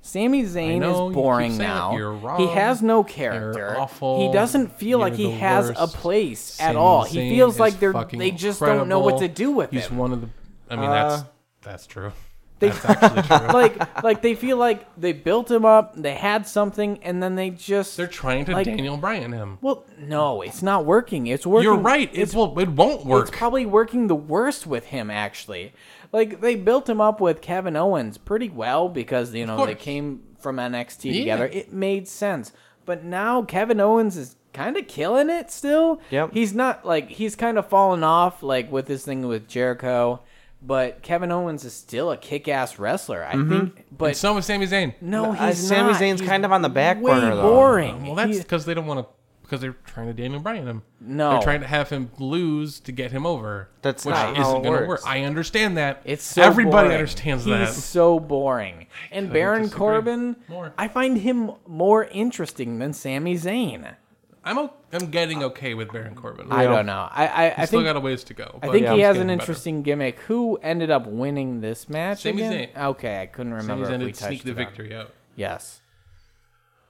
S2: Sammy Sami Zayn
S3: know,
S2: is
S3: you
S2: boring
S3: keep saying it.
S2: now.
S3: You're wrong.
S2: He has no character.
S3: You're awful.
S2: He doesn't feel like
S3: You're
S2: he
S3: the
S2: has a
S3: worst.
S2: place at
S3: Sami
S2: all. He
S3: Zayn
S2: feels
S3: is
S2: like they're
S3: fucking
S2: they just don't know what to do with
S3: He's
S2: him. Uh,
S3: one of the. I mean, that's that's true.
S2: They-
S3: that's actually true.
S2: like like they feel like they built him up, they had something, and then they just
S3: They're trying to
S2: like-
S3: Daniel Bryan him.
S2: well, no, it's not working. It's working.
S3: You're right. It will. It won't work.
S2: It's probably working the worst with him, actually. Like they built him up with Kevin Owens pretty well because you know they
S3: course.
S2: came from NXT together. It made sense, but now Kevin Owens is kind of killing it still.
S1: Yep.
S2: he's not like he's kind of fallen off like with this thing with Jericho, but Kevin Owens is still a kick-ass wrestler. I think, but
S3: and so with Sami Zayn.
S2: no,
S1: Mm-hmm. Uh,
S2: he's
S1: Sami
S2: not.
S1: Zayn's
S2: He's
S1: kind of on the back
S2: way
S1: burner, though.
S2: boring.
S3: Well, that's
S2: He-
S3: because they don't want to. Because they're trying to Daniel Bryan him.
S2: No.
S3: they're trying to have him lose to get him over.
S1: That's
S3: which
S1: not
S3: isn't
S1: how it
S3: gonna
S1: works.
S3: work. I understand that.
S2: It's so
S3: everybody
S2: boring.
S3: understands
S2: He's
S3: that.
S2: so boring. And
S3: couldn't
S2: Baron
S3: disagree
S2: Corbin,
S3: more.
S2: I find him more interesting than Sami Zayn.
S3: I'm o- I'm getting okay with Baron Corbin.
S2: I
S1: Yeah.
S2: don't know. I I, I
S3: still
S2: think
S3: got a ways to go.
S2: I
S3: but
S2: think
S3: yeah,
S2: he
S3: it's
S2: has an
S3: getting better.
S2: interesting gimmick. Who ended up winning this match?
S3: Sami
S2: again?
S3: Zayn.
S2: Okay, I couldn't
S3: Sami
S2: remember.
S3: Zayn
S2: if we
S3: did sneak
S2: touched
S3: the
S2: it on-
S3: victory out.
S2: Yes.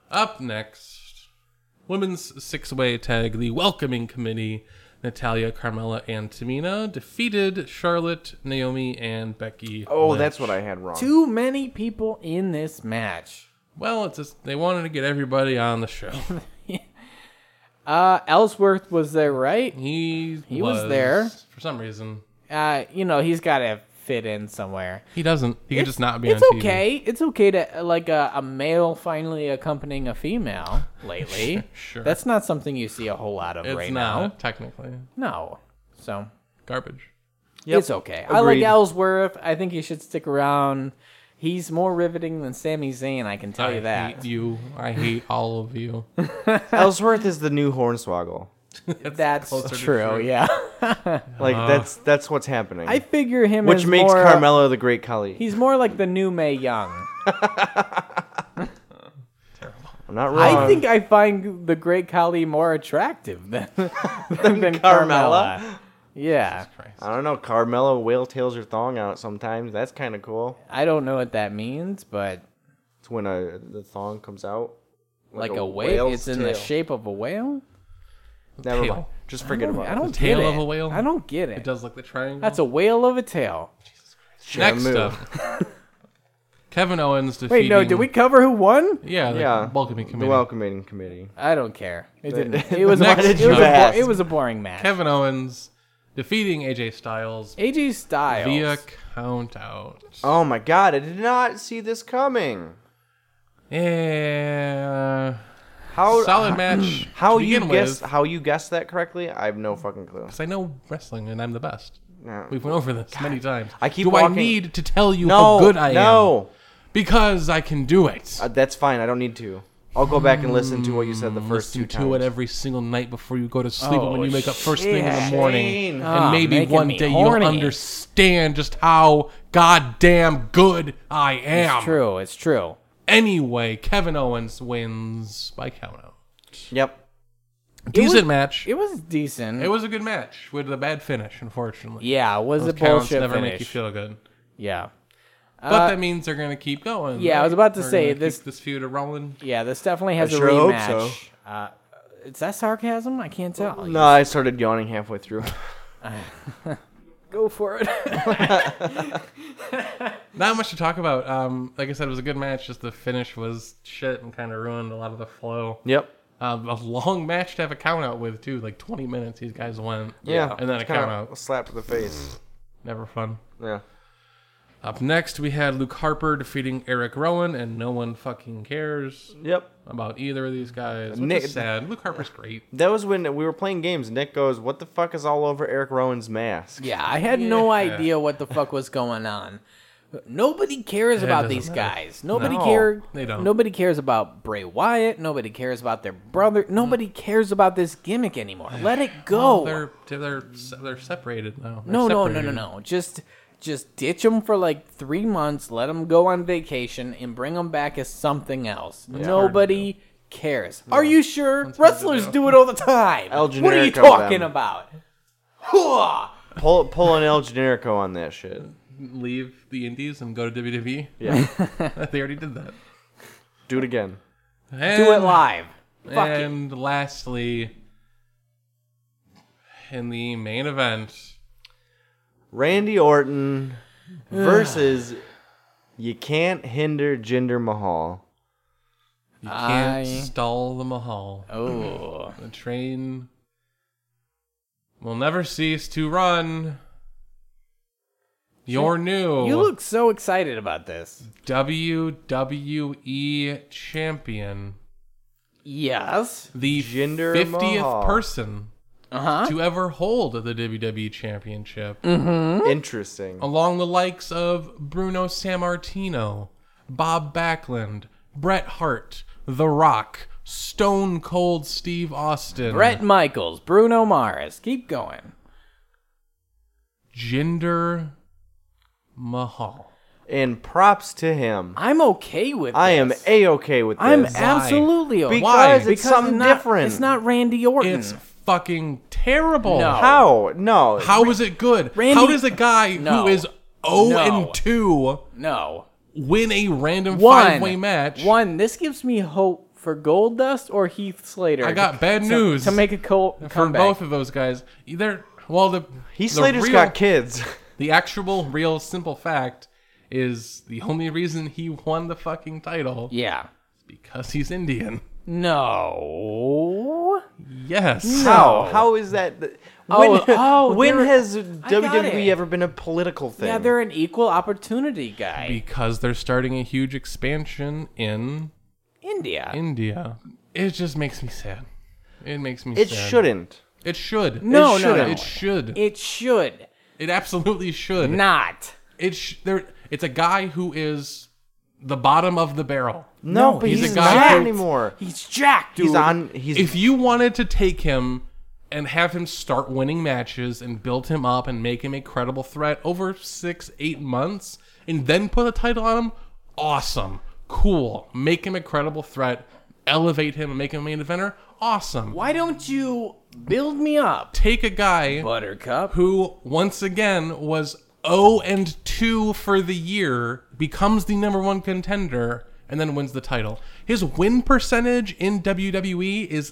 S3: Up next, women's six way tag, the welcoming committee. Natalia, Carmella, and Tamina defeated Charlotte, Naomi, and Becky.
S1: Oh,
S3: Lynch.
S1: that's what I had wrong.
S2: Too many people in this match.
S3: Well, it's just they wanted to get everybody on the show.
S2: Uh, Ellsworth was there, right?
S3: He
S2: He was there.
S3: for some reason.
S2: Uh, you know, he's got to fit in somewhere.
S3: He doesn't. He could just not be
S2: it's
S3: on TV.
S2: okay. It's okay to uh, like a, a male finally accompanying a female lately.
S3: Sure.
S2: That's not something you see a whole lot of
S3: It's
S2: right
S3: not
S2: now.
S3: technically
S2: No. So
S3: garbage.
S2: it's okay. I like
S1: Agreed.
S2: Ellsworth. I think he should stick around. He's more riveting than Sami Zayn. I can tell
S3: I
S2: you that.
S3: hate you. I hate all of you.
S1: Ellsworth is the new Hornswoggle.
S2: That's
S3: closer to
S2: true.
S3: true.
S2: Yeah.
S1: Like that's that's what's happening.
S2: Uh. I figure him
S1: which
S2: as
S1: makes
S2: more, uh,
S1: Carmelo the Great Khali.
S2: He's more like the new May Young.
S1: I'm not wrong.
S3: Um,
S2: I think I find the Great Kali more attractive than than,
S1: Carmella?
S2: Carmella. Yeah,
S1: I don't know. Carmelo whale tails her thong out sometimes. That's kind of cool.
S2: I don't know what that means, but
S1: It's when a the thong comes out
S2: like, a, whale, it's in the shape of a whale.
S1: Never
S3: tail.
S1: mind. Just forget about
S2: I
S1: it.
S2: don't
S3: The tail
S2: get it.
S3: of a whale?
S2: I don't get it.
S3: It does look the triangle.
S2: That's a whale of a tail.
S3: next
S1: Shamu.
S3: up. Kevin Owens defeating.
S2: Wait, no, did we cover who won?
S3: Yeah, the
S1: Yeah.
S3: welcoming
S1: The
S3: committee.
S1: welcoming committee.
S2: I don't care. It didn't. It was a,
S3: Next
S2: it was a,
S3: you
S2: bo-
S1: ask?
S2: it was a boring match.
S3: Kevin Owens defeating AJ Styles
S2: AJ Styles.
S3: via count out.
S1: Oh my god! I did not see this coming.
S3: Yeah.
S1: How
S3: Solid match. to
S1: how you
S3: begin
S1: guess
S3: with,
S1: how you guessed that correctly? I have no fucking clue.
S3: 'cause I know wrestling and I'm the best.
S1: No.
S3: We've went over this many times.
S1: I keep
S3: Do I
S1: walking-
S3: need to tell you
S1: No,
S3: how good I am?
S1: no,
S3: Because I can do it.
S1: Uh, that's fine. I don't need to. I'll go back and listen to what you said the first
S3: Mm, listen
S1: two
S3: to it
S1: times.
S3: every single night before you go to sleep
S2: Oh,
S3: and when you wake up first thing in
S2: shit.
S3: the morning.
S1: Shane.
S3: And
S2: Ah,
S3: maybe
S2: making
S3: one
S2: me
S3: day
S2: horny.
S3: you'll understand just how goddamn good I am.
S2: It's true. It's true.
S3: Anyway, Kevin Owens wins by countout.
S1: Yep.
S3: Decent
S2: was-
S3: match.
S2: It was decent.
S3: It was a good match with a bad finish, unfortunately.
S2: Yeah, it was
S3: Those
S2: a
S3: counts
S2: bullshit
S3: never
S2: finish.
S3: make you feel good.
S2: yeah.
S3: But
S2: Uh,
S3: that means they're gonna keep going.
S2: yeah, I
S3: right?
S2: was about to
S3: They're
S2: say,
S3: gonna keep
S2: this-
S3: this feud a rolling.
S2: Yeah, this definitely has
S1: I
S2: a
S1: sure hope
S2: rematch. Uh, is that sarcasm? I can't tell.
S1: No, I started yawning halfway through.
S2: Go for it.
S3: Not much to talk about. Um, like I said, it was a good match. Just the finish was shit and kind of ruined a lot of the flow.
S1: yep.
S3: Um, a long match to have a count out with too, like 20 minutes. These guys went.
S1: Yeah.
S3: and then a
S1: It's kinda
S3: count out.
S1: a slap to the face.
S3: Never fun.
S1: Yeah.
S3: Up next, we had Luke Harper defeating Eric Rowan, and no one fucking cares
S1: Yep.
S3: about either of these guys. Which
S1: Nick-
S3: is sad. Luke Harper's great.
S1: That was when we were playing games. Nick goes, "What the fuck is all over Eric Rowan's mask?"
S2: yeah, I had no
S3: Yeah.
S2: idea what the fuck was going on. Nobody cares about
S3: doesn't
S2: these
S3: matter.
S2: guys. Nobody
S1: No,
S2: care.
S3: they don't.
S2: Nobody cares about Bray Wyatt. Nobody cares about their brother. Nobody cares about this gimmick anymore. Let it go.
S3: Mm. They're they're they're separated now. They're
S2: no, no, no, no,
S3: separated.
S2: no. Just just ditch them for like three months. Let them go on vacation and bring them back as something else. Nobody cares. Are you sure?
S3: hard to
S2: Wrestlers
S3: do.
S2: do it all the time.
S1: El
S2: what are you
S1: Generico
S2: talking
S1: them.
S2: about? Hooah!
S1: Pull pull an El Generico on that shit.
S3: Leave the Indies and go to WWE.
S1: Yeah.
S3: they already did that.
S1: Do it again.
S3: And,
S2: Do it live. Fuck it.
S3: And lastly, in the main event,
S1: Randy Orton versus you can't hinder Jinder Mahal.
S3: you can't
S2: I-
S3: stall the Mahal.
S2: Oh,
S3: The train will never cease to run. Your new
S2: you look so excited about this.
S3: WWE E champion,
S2: Yes.
S3: the
S1: Jinder
S3: 50th
S1: Mahal.
S3: person
S2: Uh huh.
S3: to ever hold the WWE championship,
S1: Interesting.
S3: along the likes of Bruno Sammartino, Bob Backlund, Bret Hart, The Rock, Stone Cold Steve Austin,
S2: Brett Michaels, Bruno Mars. Keep going.
S3: Jinder Mahal.
S1: And props to him.
S2: I'm okay with.
S1: I am
S2: this.
S1: a okay with this.
S2: I'm
S3: Why?
S2: absolutely okay.
S1: because
S3: Why?
S1: it's
S2: Because
S1: something
S2: it's not-
S1: different.
S2: It's not Randy Orton.
S3: It's fucking terrible.
S2: Mm. No.
S1: how no
S3: How is it good?
S2: Randy-
S3: How does a guy
S2: No.
S3: who is 0
S2: No.
S3: and 2
S2: no
S3: win a random
S2: one
S3: five way match?
S2: One. This gives me hope for Gold Dust or Heath Slater.
S3: I got bad
S2: to,
S3: news
S2: to make a co-
S3: for
S2: comeback.
S3: both of those guys. Either well the
S1: He
S3: the
S1: Slater's
S3: real-
S1: got kids.
S3: The actual real simple fact is the only reason he won the fucking title
S2: Yeah.
S3: because he's Indian.
S2: No.
S3: Yes.
S1: How? How is that? When,
S2: Oh, oh,
S1: when
S2: they're-
S1: has
S2: got
S1: WWE
S2: it.
S1: ever been a political thing?
S2: Yeah, they're an equal opportunity guy.
S3: Because they're starting a huge expansion in
S2: India.
S3: India. It just makes me sad. It makes me
S1: It
S3: sad.
S1: shouldn't.
S3: It should.
S2: No, no,
S3: it should.
S2: no.
S3: It should. It,
S2: It should
S3: absolutely should.
S2: not.
S3: It sh- there. It's a guy who is the bottom of the barrel.
S1: No,
S2: No,
S1: but
S3: he's
S1: he's,
S3: a guy
S1: not
S3: who-
S1: anymore.
S2: He's jacked, dude.
S1: He's on. He's
S3: If you wanted to take him and have him start winning matches and build him up and make him a credible threat over six, eight months, and then put a title on him, awesome, cool. Make him a credible threat, elevate him, and make him a main eventer, awesome.
S2: Why don't you build me up,
S3: Take a guy
S2: Buttercup?
S3: who once again was 0 and 2 for the year, becomes the number one contender, and then wins the title. His win percentage in WWE is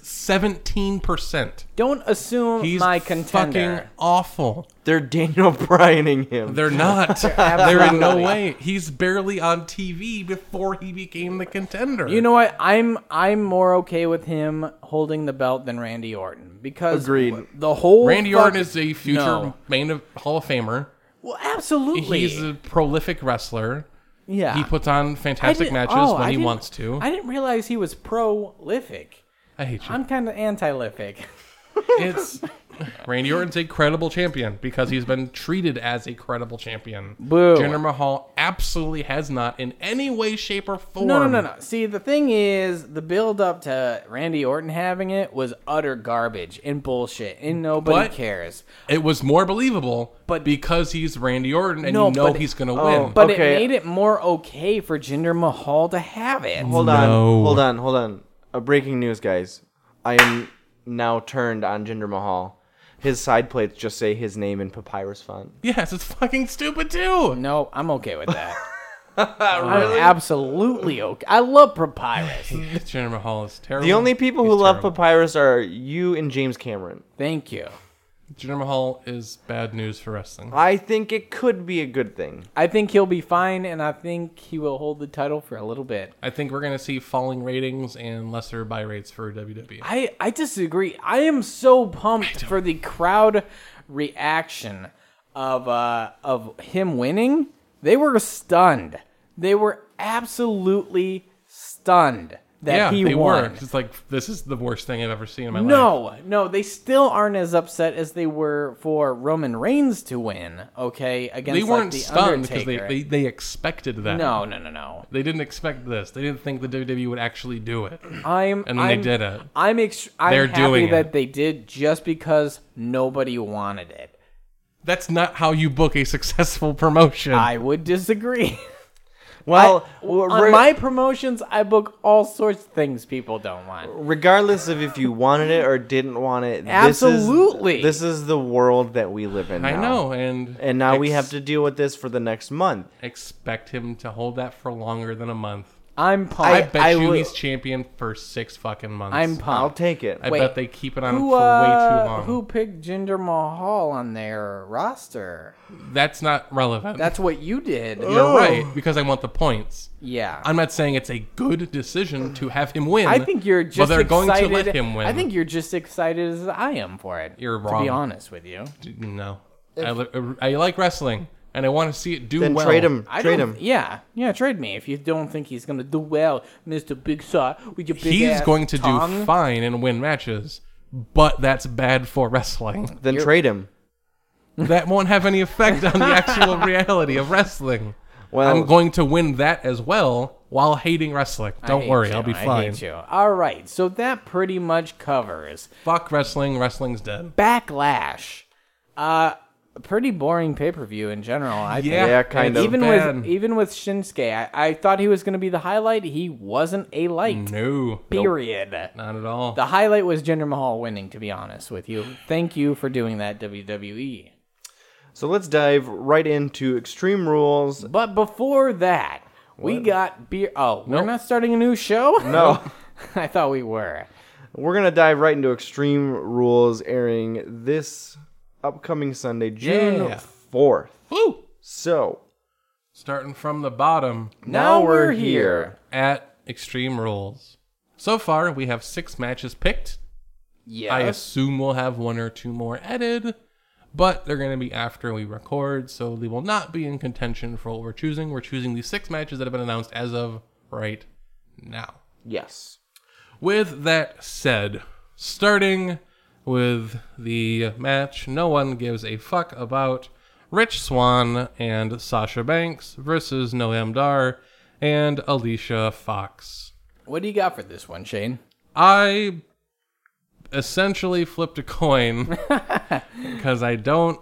S3: 17%.
S2: Don't assume
S3: He's
S2: my
S3: fucking
S2: contender.
S3: awful.
S1: they're Daniel Bryaning him.
S3: They're not. They're in no way. He's barely on TV before he became the contender.
S2: You know what? I'm I'm more okay with him holding the belt than Randy Orton because
S1: Agreed.
S2: the whole
S3: Randy
S2: fuck-
S3: Orton is a future
S2: No.
S3: main of Hall of Famer.
S2: Well, absolutely.
S3: He's a prolific wrestler.
S2: yeah.
S3: He puts on
S2: I
S3: fantastic
S2: didn't-
S3: matches
S2: oh,
S3: when
S2: I
S3: he
S2: didn't-
S3: wants to.
S2: I didn't realize he was prolific.
S3: I hate you.
S2: I'm kind of anti-lific.
S3: It's Randy Orton's a credible champion because he's been treated as a credible champion.
S2: Boo.
S3: Jinder Mahal absolutely has not in any way, shape, or form.
S2: No, no, no, no. See, the thing is, the build up to Randy Orton having it was utter garbage and bullshit, and nobody
S3: But-
S2: cares.
S3: It was more believable,
S2: But-
S3: because he's Randy Orton and
S2: No,
S3: you know
S2: but- oh.
S3: he's going to win.
S2: But
S1: Okay.
S2: it made it more okay for Jinder Mahal to have it.
S1: Hold on,
S3: No.
S1: hold on, hold on. Uh, breaking news, guys. I am now turned on Jinder Mahal. His side plates just say his name in papyrus font.
S3: yes, it's fucking stupid too.
S2: No, I'm okay with that. I'm absolutely okay. I love papyrus.
S3: Jinder Mahal is terrible.
S1: The only people who
S3: He's
S1: love
S3: terrible.
S1: papyrus are you and James Cameron.
S2: Thank you.
S3: Jinder Mahal is bad news for wrestling.
S1: I think it could be a good thing.
S2: I think he'll be fine, and I think he will hold the title for a little bit.
S3: I think we're going to see falling ratings and lesser buy rates for E. WWE.
S2: I, I disagree. I am so pumped for the crowd reaction of uh, of him winning. They were stunned. They were absolutely stunned that
S3: yeah,
S2: he
S3: they
S2: won.
S3: were. It's like this is the worst thing I've ever seen in my life.
S2: No, no, they still aren't as upset as they were for Roman Reigns to win. Okay, against
S3: they
S2: like,
S3: weren't
S2: the
S3: stunned because they,
S2: Undertaker.
S3: they, they expected that.
S2: no, no, no, no.
S3: They didn't expect this. They didn't think the WWE would actually do it.
S2: I'm
S3: And
S2: I'm,
S3: they did it.
S2: I'm ex- I'm
S3: They're
S2: happy
S3: doing
S2: that
S3: it.
S2: they did just because nobody wanted it.
S3: That's not how you book a successful promotion.
S2: I would disagree.
S1: Well,
S2: on
S1: re-
S2: my promotions, I book all sorts of things people don't want.
S1: regardless of if you wanted it or didn't want it,
S2: Absolutely.
S1: this is, this is the world that we live in.
S3: I
S1: now.
S3: know, and
S1: and now we
S3: ex-
S1: have to deal with this for the next month.
S3: expect him to hold that for longer than a month.
S2: I'm pumped.
S3: I bet
S1: I
S3: you
S1: will-
S3: he's champion for six fucking months.
S2: I'm
S1: I'll
S2: pumped.
S1: take it.
S3: I
S2: wait.
S3: bet they keep it on him
S2: who,
S3: for way
S2: uh,
S3: too long.
S2: who picked Jinder Mahal on their roster?
S3: That's not relevant.
S2: That's what you did.
S3: You're right because I want the points.
S2: Yeah.
S3: I'm not saying it's a good decision to have him win.
S2: I think you're just
S3: but they're
S2: excited.
S3: going to let him win.
S2: I think you're just excited as I am for it.
S3: You're
S2: To
S3: wrong.
S2: be honest with you.
S3: no. I, li- I like wrestling and I want to see it do
S1: Then
S3: well. e-
S1: trade him.
S2: I
S1: trade
S2: don't-
S1: him.
S2: Yeah, yeah. Trade me if you don't think he's gonna do well, Mister Big Saw. With your big
S3: he's
S2: ass
S3: going to
S2: tongue.
S3: do fine and win matches, but that's bad for wrestling.
S1: Then trade him.
S3: That won't have any effect on the actual reality of wrestling.
S1: Well,
S3: I'm going to win that as well while hating wrestling.
S2: I
S3: Don't
S2: hate
S3: worry,
S2: you,
S3: I'll be
S2: I
S3: fine.
S2: hate you. All right, so that pretty much covers
S3: Fuck wrestling, wrestling's dead.
S2: backlash. Uh, pretty boring pay per view in general. I think.
S3: Yeah,
S1: Yeah, kind
S3: it's
S1: of.
S2: Even
S3: bad.
S2: with even with Shinsuke, I, I thought he was going to be the highlight. He wasn't a light.
S3: Mm, No,
S2: Period.
S3: not at all.
S2: The highlight was Jinder Mahal winning. To be honest with you, thank you for doing that, E. WWE.
S1: So let's dive right into Extreme Rules.
S2: But before that, we got beer. Oh, we're
S3: Nope.
S2: not starting a new show.
S1: No,
S2: I thought we were.
S1: we're gonna dive right into Extreme Rules airing this upcoming Sunday, June
S3: Yeah.
S1: fourth.
S3: Woo!
S1: So
S3: Starting from the bottom
S2: Now we're here.
S3: at Extreme Rules. So far, we have six matches picked.
S2: Yes.
S3: I assume we'll have one or two more edited, but they're going to be after we record, so they will not be in contention for what we're choosing. We're choosing the six matches that have been announced as of right now.
S1: Yes.
S3: With that said, starting with the match no one gives a fuck about Rich Swan and Sasha Banks versus Noam Dar and Alicia Fox.
S2: What do you got for this one, Shane?
S3: I essentially flipped a coin because I don't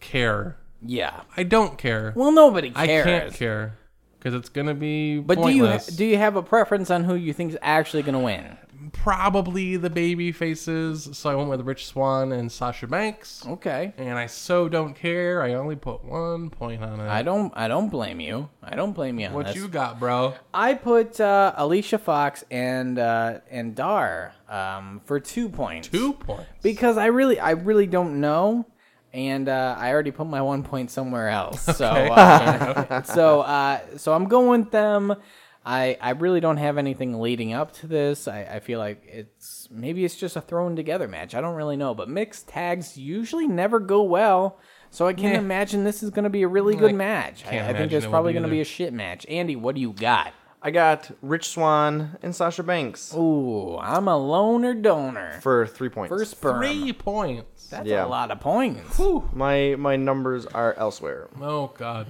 S3: care.
S2: Yeah.
S3: I don't care.
S2: Well, nobody
S3: I
S2: cares.
S3: can't care because it's gonna be
S2: But do you ha-
S3: pointless.
S2: do you have a preference on who you think's actually going to win?
S3: probably the baby faces. So I went with Rich Swan and Sasha Banks,
S2: Okay.
S3: and I so don't care. I only put one point on it.
S2: I don't I don't blame you. I don't blame you on
S3: what
S2: this.
S3: you got, bro?
S2: I put uh, Alicia Fox and uh, and Dar um, for two points.
S3: Two points.
S2: Because I really I really don't know, and uh, I already put my one point somewhere else. So uh, so uh, so I'm going with them. I, I really don't have anything leading up to this. I, I feel like it's maybe it's just a thrown together match. I don't really know, but mixed tags usually never go well. So I can't
S3: Yeah.
S2: imagine this is going to be a really good match. I-
S3: can't
S2: I, think
S3: imagine
S2: there's
S3: it will
S2: probably
S3: be
S2: going to be
S3: either.
S2: a shit match. Andy, what do you got?
S1: I got Rich Swan and Sasha Banks
S2: Oh. Ooh, I'm a loner donor.
S1: for three points.
S2: First sperm.
S3: Three points.
S2: That's
S1: Yeah.
S2: a lot of points.
S1: my my numbers are elsewhere.
S3: Oh God.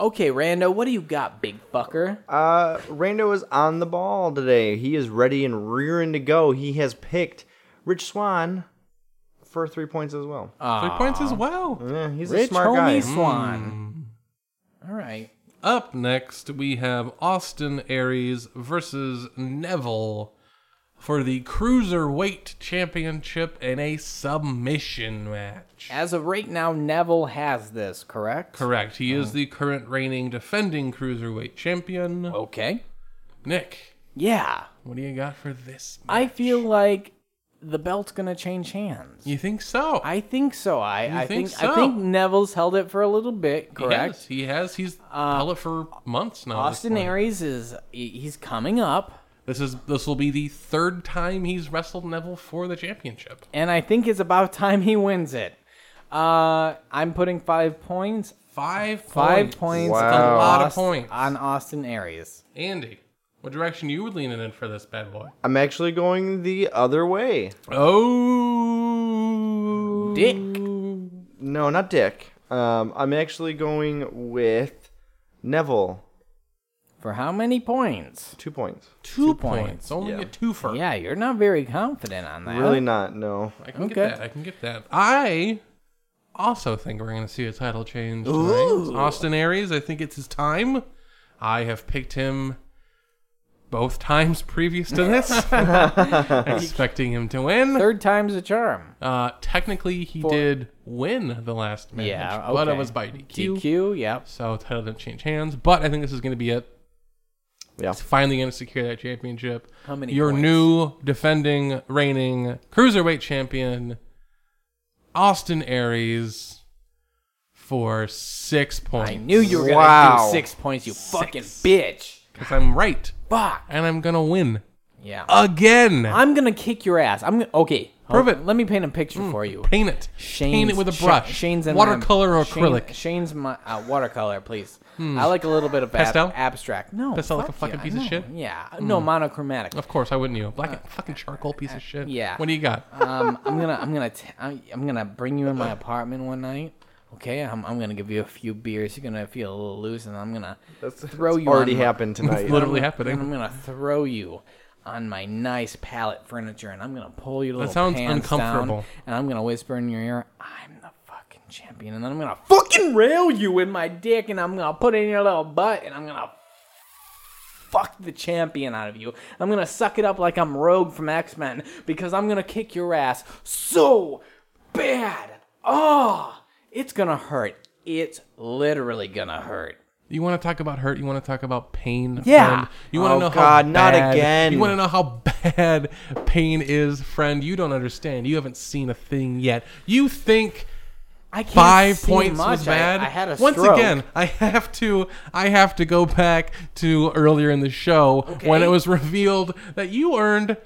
S2: Okay, Rando, what do you got, big fucker?
S1: Uh, Rando is on the ball today. He is ready and rearing to go. He has picked Rich Swan for three points as well.
S3: Three points as well.
S1: Yeah, he's a
S2: Uh, Rich
S1: smart
S2: homie
S1: guy. Hmm.
S2: Swan. All right.
S3: Up next, we have Austin Aries versus Neville for the Cruiserweight Championship in a submission match.
S2: As of right now, Neville has this, correct?
S3: Correct. He is the current reigning defending Cruiserweight champion.
S2: Okay.
S3: Nick,
S2: Yeah.
S3: what do you got for this?
S2: I feel like the belt's gonna change hands.
S3: You think so?
S2: I think so. I, I think,
S3: think so?
S2: I think Neville's held it for a little bit,
S3: He
S2: correct? Uh,
S3: has. He has. He's held it for months now. at this
S2: Austin
S3: point.
S2: Aries is he- he's coming up.
S3: This is this will be the third time he's wrestled Neville for the championship.
S2: and I think it's about time he wins it. Uh, I'm putting five points.
S3: Five points.
S2: Five points.
S1: Wow.
S3: That's
S2: on
S3: a lot of
S2: Aust-
S3: points.
S2: on Austin Aries.
S3: Andy, what direction you would lean in for this bad boy?
S1: I'm actually going the other way.
S3: Oh,
S2: Dick.
S1: No, not Dick. Um, I'm actually going with Neville.
S2: For how many points?
S1: Two points.
S2: Two,
S3: points. Only
S1: Yeah.
S3: a twofer.
S2: Yeah, you're not very confident on that.
S1: Really not. No.
S3: I can
S2: Okay.
S3: get that. I can get that. I also think we're going to see a title change tonight. Austin Aries, I think it's his time. I have picked him both times previous to this, expecting him to win.
S2: Third time's a charm.
S3: Uh, technically, he did win the last match,
S2: Yeah,
S3: but it
S2: okay.
S3: was by DQ.
S2: DQ, yep.
S3: So title didn't change hands, but I think this is going to be it.
S1: Yeah.
S3: It's finally going to secure that championship.
S2: How many
S3: Your
S2: points?
S3: new defending, reigning cruiserweight champion, Austin Aries, for six points.
S2: I knew you were gonna
S1: Wow.
S2: do six points, you fucking bitch.
S3: 'Cause I'm right,
S2: Fuck.
S3: and I'm gonna win
S2: Yeah.
S3: again.
S2: I'm gonna kick your ass. I'm gonna, okay.
S3: Prove
S2: hold-
S3: it.
S2: Let me paint a picture for you.
S3: Mm. Paint it. Paint it with a brush.
S2: Sha- Shane's in
S3: watercolor
S2: my,
S3: or
S2: Shane-
S3: acrylic. Hmm.
S2: Shane's my uh, watercolor, please. I like a little bit of ab-
S3: Pastel?
S2: abstract. No,
S3: Pastel like a
S2: fuck
S3: fucking
S2: yeah,
S3: piece of
S2: no,
S3: shit? Hmm.
S2: Yeah, no monochromatic.
S3: of course, I wouldn't you. Black fucking charcoal piece of shit.
S2: Uh, yeah.
S3: What do you got?
S2: um, I'm gonna, I'm gonna, t- I'm, I'm gonna bring you in my apartment one night. Okay, I'm, I'm gonna give you a few beers. You're gonna feel a little loose, and I'm gonna throw you.
S1: Already
S2: on my-
S1: happened tonight.
S3: Literally
S2: And I'm
S3: happening.
S2: gonna throw you on my nice pallet furniture, and I'm gonna pull your little
S3: sounds
S2: pants down,
S3: uncomfortable.
S2: and I'm gonna whisper in your ear, "I'm the fucking champion," and then I'm gonna fucking rail you with my dick, and I'm gonna put it in your little butt, and I'm gonna fuck the champion out of you. I'm gonna suck it up like I'm Rogue from X Men because I'm gonna kick your ass so bad. Oh, it's gonna hurt. It's literally gonna hurt.
S3: You want to talk about hurt? You want to talk about pain?
S2: Yeah.
S3: friend? You want to
S1: Oh,
S3: know
S1: God,
S3: how
S1: not
S3: bad-
S1: again.
S3: You want to know how bad pain is, friend? You don't understand. You haven't seen a thing yet. You think
S2: I can't
S3: five
S2: see
S3: points
S2: much.
S3: was bad?
S2: I, I had a
S3: Once
S2: stroke.
S3: again, I have to. I have to go back to earlier in the show when
S2: Okay.
S3: it was revealed that you earned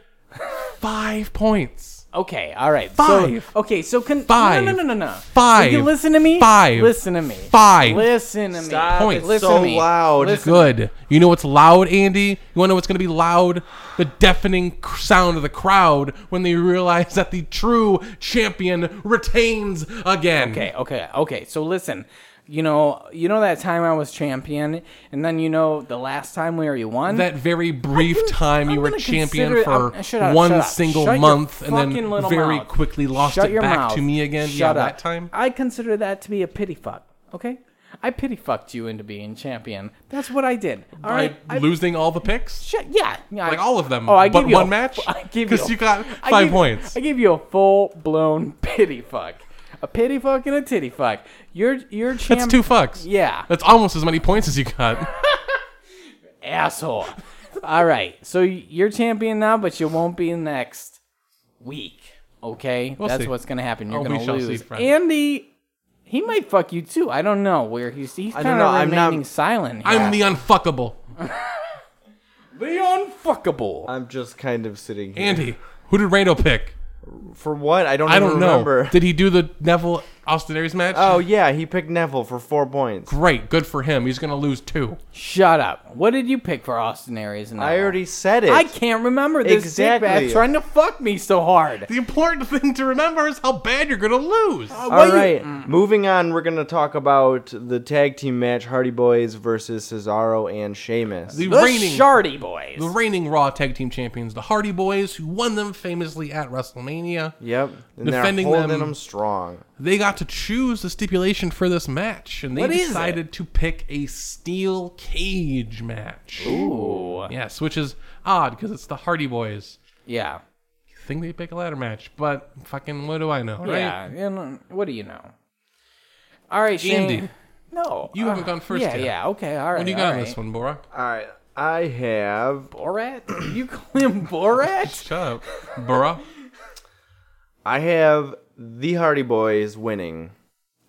S3: five points.
S2: Okay, all right.
S3: Five.
S2: So, okay, so can
S3: Five.
S2: No, no, no, no, no.
S3: Five.
S2: Will you listen to me.
S3: Five.
S2: Listen to me.
S3: Five.
S2: Listen to me.
S1: Stop.
S3: Point.
S1: It's
S2: Listen
S1: so
S2: to me.
S1: loud.
S2: Listen.
S3: Good. You know what's loud, Andy? You want to know what's going to be loud? The deafening cr- sound of the crowd when they realize that the true champion retains again.
S2: Okay, okay, okay. So listen, you know, you know that time I was champion, and then you know the last time where you won.
S3: That very brief time
S2: I'm
S3: you were
S2: gonna
S3: champion
S2: consider-
S3: for
S2: I'm- uh, shut up,
S3: one
S2: shut up.
S3: single
S2: Shut your
S3: month and then
S2: fucking little
S3: very
S2: mouth.
S3: quickly lost
S2: Shut
S3: it
S2: your
S3: back
S2: mouth.
S3: to me again.
S2: Shut
S3: yeah,
S2: up.
S3: that time.
S2: I consider that to be a pity fuck. Okay, I pity fucked you into being champion. That's what I did. All right,
S3: By losing all the picks?
S2: Shit, yeah, yeah.
S3: Like all of them,
S2: Oh, I
S3: but
S2: give you
S3: one
S2: a-
S3: match?
S2: I give
S3: 'Cause you got
S2: I
S3: five
S2: give-
S3: points.
S2: I give you a full blown pity fuck, a pity fuck and a titty fuck. You're you're champ-
S3: That's two fucks.
S2: Yeah,
S3: That's almost as many points as you got.
S2: asshole. all right, so you're champion now, but you won't be next week. Okay,
S3: We'll
S2: that's
S3: see.
S2: what's gonna happen. You're
S3: Or we
S2: gonna
S3: shall see,
S2: lose.
S3: friend.
S2: Andy, he might fuck you too. I don't know where he's. He's
S1: I
S2: kind
S1: don't know,
S2: of
S1: I'm
S2: remaining
S1: not-
S2: silent. Here.
S3: I'm the unfuckable.
S2: the unfuckable.
S1: I'm just kind of sitting here.
S3: Andy, who did Rando pick?
S1: for what? I don't.
S3: I
S1: even
S3: don't
S1: remember.
S3: know. Did he do the Neville Austin Aries match?
S1: Oh yeah, he picked Neville for four points.
S3: great, good for him. He's gonna lose two.
S2: Shut up. What did you pick for Austin Aries? And
S1: I already said it.
S2: I can't remember this
S1: Exactly.
S2: dickbag trying to fuck me so hard.
S3: The important thing to remember is how bad you're gonna lose.
S1: All right, moving on. We're gonna talk about the tag team match: Hardy Boys versus Cesaro and Sheamus.
S3: the
S2: The
S3: reigning,
S2: Shardy Boys.
S3: the reigning Raw Tag Team Champions, the Hardy Boys, who won them famously at WrestleMania.
S1: yep, and
S3: Defending
S1: they're holding
S3: them-
S1: them, strong.
S3: They got to choose the stipulation for this match, and they
S2: What is
S3: decided to pick a steel cage match.
S2: Ooh.
S3: Yes, which is odd because it's the Hardy Boys.
S2: Yeah.
S3: You think they pick a ladder match, but fucking what do I know, right?
S2: Yeah. And uh, what do you know? All right, Shane.
S3: Andy.
S2: No. uh,
S3: You haven't gone first
S2: Yeah,
S3: yet.
S2: yeah. Okay. All right.
S3: What do you got on this one, Bora?
S1: All right, I have
S2: Borat? You call him Borat?
S3: Shut up, Bora.
S1: I have the Hardy Boys winning.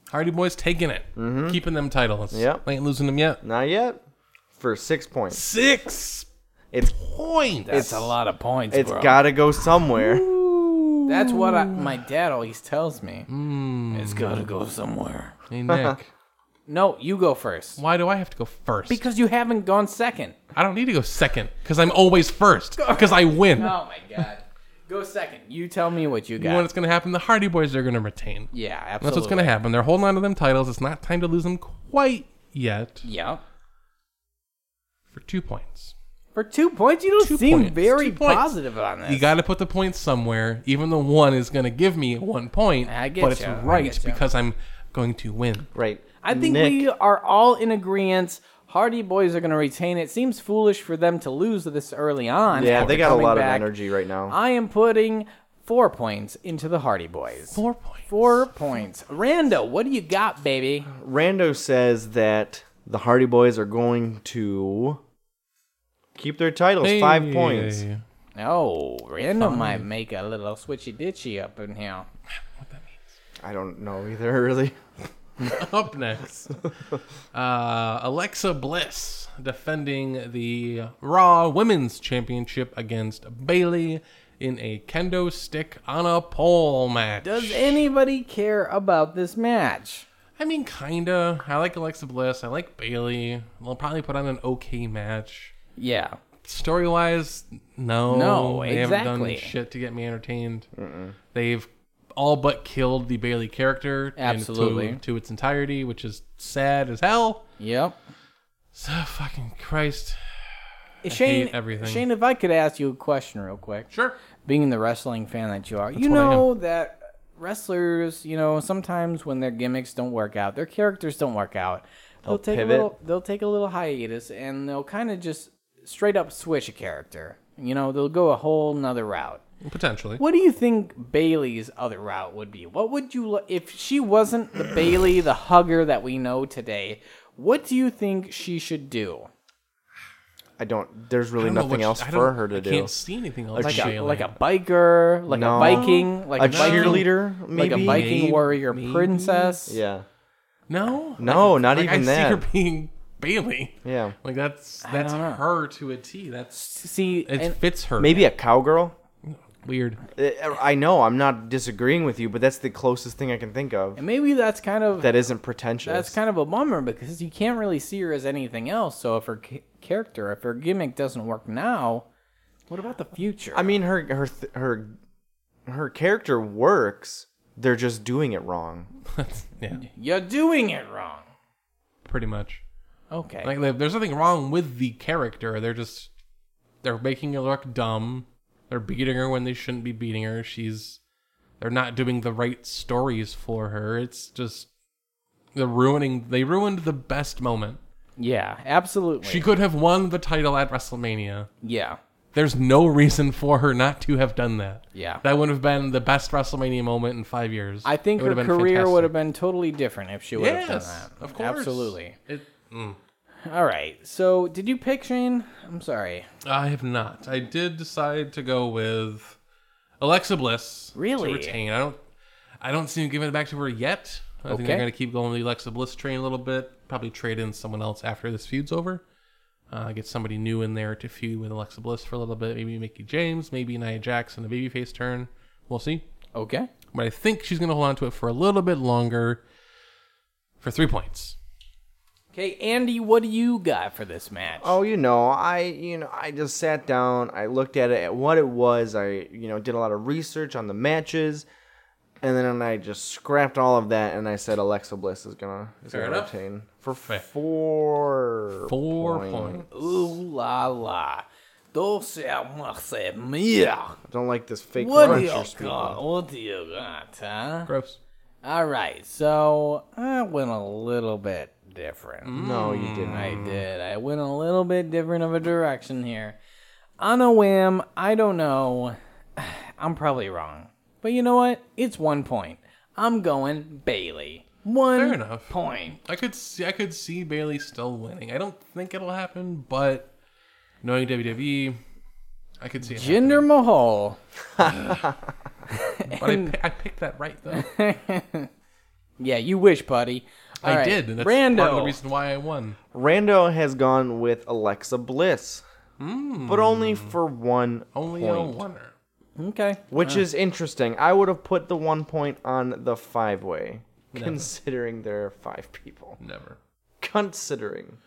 S3: Hardy Boys taking it,
S2: Mm-hmm.
S3: keeping them titles.
S1: Yep.
S3: they ain't losing them yet.
S1: Not yet. For six points,
S3: Six
S1: it's
S3: points.
S2: That's a lot of points,
S1: it's
S2: bro.
S1: gotta go somewhere.
S2: That's what I, my dad always tells me.
S3: Hmm.
S2: It's got to go somewhere.
S3: Hey Nick,
S2: No, you go first.
S3: why do I have to go first?
S2: Because you haven't gone second.
S3: I don't need to go second. Because I'm always first. Because I win.
S2: Oh my god. Go second. You tell me what you
S3: You
S2: got.
S3: know what's gonna happen? The Hardy Boys are gonna retain.
S2: yeah, absolutely.
S3: That's what's gonna happen. They're holding on to them titles. It's not time to lose them quite yet.
S2: Yeah.
S3: For two points,
S2: For two points, you don't
S3: Two
S2: seem
S3: points.
S2: very
S3: Two points.
S2: positive on this.
S3: you got to put the points somewhere. Even though one is gonna give me one point,
S2: I get
S3: but it's
S2: ya, I
S3: right
S2: get ya.
S3: because I'm going to win.
S1: Right.
S2: I think
S1: Nick,
S2: we are all in agreement. Hardy Boys are going to retain. It seems foolish for them to lose this early on.
S1: Yeah,
S2: after
S1: they got a
S2: coming
S1: lot
S2: back. Uh,
S1: of energy right now.
S2: I am putting four points into the Hardy Boys.
S3: Four points.
S2: Four points. Rando, what do you got, baby?
S1: Rando says that the Hardy Boys are going to keep their titles. Five
S3: Hey.
S1: points.
S2: Oh, Rando might make a little switchy ditchy up in here.
S1: I don't know either, really.
S3: Up next, uh, Alexa Bliss defending the Raw Women's Championship against Bailey in a kendo stick on a pole match.
S2: Does anybody care about this match?
S3: I mean, kinda. I like Alexa Bliss. I like Bailey. They'll probably put on an okay match.
S2: Yeah.
S3: Story wise, no,
S2: No,
S3: they haven't done
S2: exactly.
S3: shit to get me entertained. They've all but killed the Bailey character and to-
S2: Absolutely.
S3: to its entirety, which is sad as hell.
S2: Yep.
S3: So fucking Christ.
S2: Shane,
S3: hate everything.
S2: Shane, if I could ask you a question real quick,
S3: Sure.
S2: being the wrestling fan that you are, you
S3: what I am.
S2: know that wrestlers, you know, sometimes when their gimmicks don't work out, their characters don't work out, they'll, take
S1: pivot.
S2: a little, they'll take a little hiatus and they'll kind of just straight up switch a character. You know, they'll go a whole nother route.
S3: Potentially.
S2: What do you think Bailey's other route would be? What would you li- if she wasn't the Bailey, the hugger that we know today? What do you think she should do?
S1: I don't. There's
S3: I
S1: really
S3: don't know
S1: nothing
S3: what-
S1: else
S3: I
S1: for
S3: don't-
S1: her to
S3: I
S1: do.
S3: can't see anything else.
S2: like
S3: Bailey.
S2: a, like a biker, like
S1: No.
S2: a Viking, like
S1: a
S2: Viking-
S1: cheerleader,
S2: like
S1: maybe.
S2: a
S3: Maybe,
S2: Viking warrior
S3: maybe.
S2: princess.
S1: Yeah.
S3: no,
S1: No, not
S3: Like,
S1: even
S3: I
S1: that.
S3: see her being Bailey.
S1: Yeah.
S3: Like that's that's
S2: don't know.
S3: her to a T. That's
S2: See,
S3: it
S2: and
S3: fits her.
S1: Maybe a cowgirl.
S3: Weird.
S1: Uh, I know I'm not disagreeing with you, but that's the closest thing I can think of
S2: And maybe that's kind of
S1: that isn't pretentious.
S2: that's kind of a bummer because you can't really see her as anything else. So if her ca- character, if her gimmick doesn't work now, what about the future?
S1: I mean, her her th- her her character works. They're just doing it wrong.
S3: yeah,
S2: You're doing it wrong.
S3: pretty much.
S2: Okay.
S3: Like, there- there's nothing wrong with the character. They're just they're making her look dumb. They're beating her when they shouldn't be beating her. She's they're not doing the right stories for her. It's just they're ruining. They ruined the best moment.
S2: yeah, absolutely.
S3: She could have won the title at WrestleMania.
S2: yeah.
S3: There's no reason for her not to have done that.
S2: Yeah.
S3: That would have been the best WrestleMania moment in five years.
S2: I think
S3: It would
S2: her
S3: have been
S2: career would
S3: fantastic.
S2: have been totally different if she would have done
S3: Yes,
S2: that.
S3: of course.
S2: Absolutely.
S3: It, mm.
S2: All right. So, did you pick Shane? I'm sorry.
S3: I have not. I did decide to go with Alexa Bliss.
S2: Really?
S3: To retain. I don't. I don't see him giving it back to her yet. I think they're
S2: Okay.
S3: going to keep going with the Alexa Bliss train a little bit. Probably trade in someone else after this feud's over. Uh, get somebody new in there to feud with Alexa Bliss for a little bit. Maybe Mickey James. Maybe Nia Jackson, a babyface turn. We'll see.
S2: Okay.
S3: But I think she's going to hold on to it for a little bit longer. For three points.
S2: Okay, Andy, what do you got for this match?
S1: Oh, you know, I you know, I just sat down, I looked at it at what it was. I, you know, did a lot of research on the matches. And then I just scrapped all of that and I said Alexa Bliss is going to is
S3: Fair
S1: going to
S3: enough.
S1: retain for
S3: Fair.
S1: 4
S3: Four points.
S2: Ooh la la. Dulce amorce mia.
S1: I don't like this fake
S2: What do
S1: crunch
S2: you
S1: you're speaking.
S2: got? What do you got, huh?
S3: Gross.
S2: All right, so I went a little bit different.
S3: Mm.
S1: No, you didn't.
S2: I did. I went a little bit different of a direction here. On a whim, I don't know. I'm probably wrong. But you know what? It's one point. I'm going Bailey. One
S3: Fair enough.
S2: point.
S3: I could see I could see Bailey still winning. I don't think it'll happen, but knowing WWE, I could see it. happen.
S2: Jinder Mahal.
S3: But I, pi- I picked that right though.
S2: Yeah, you wish, buddy.
S3: I
S2: All right,
S3: did, and that's
S2: Rando.
S3: part of the reason why I won.
S1: Rando has gone with Alexa Bliss. But only for one
S3: Only
S1: point.
S3: a winner.
S2: Okay.
S1: which is interesting. I would have put the one point on the five way, considering there are five people.
S3: Never.
S1: Considering.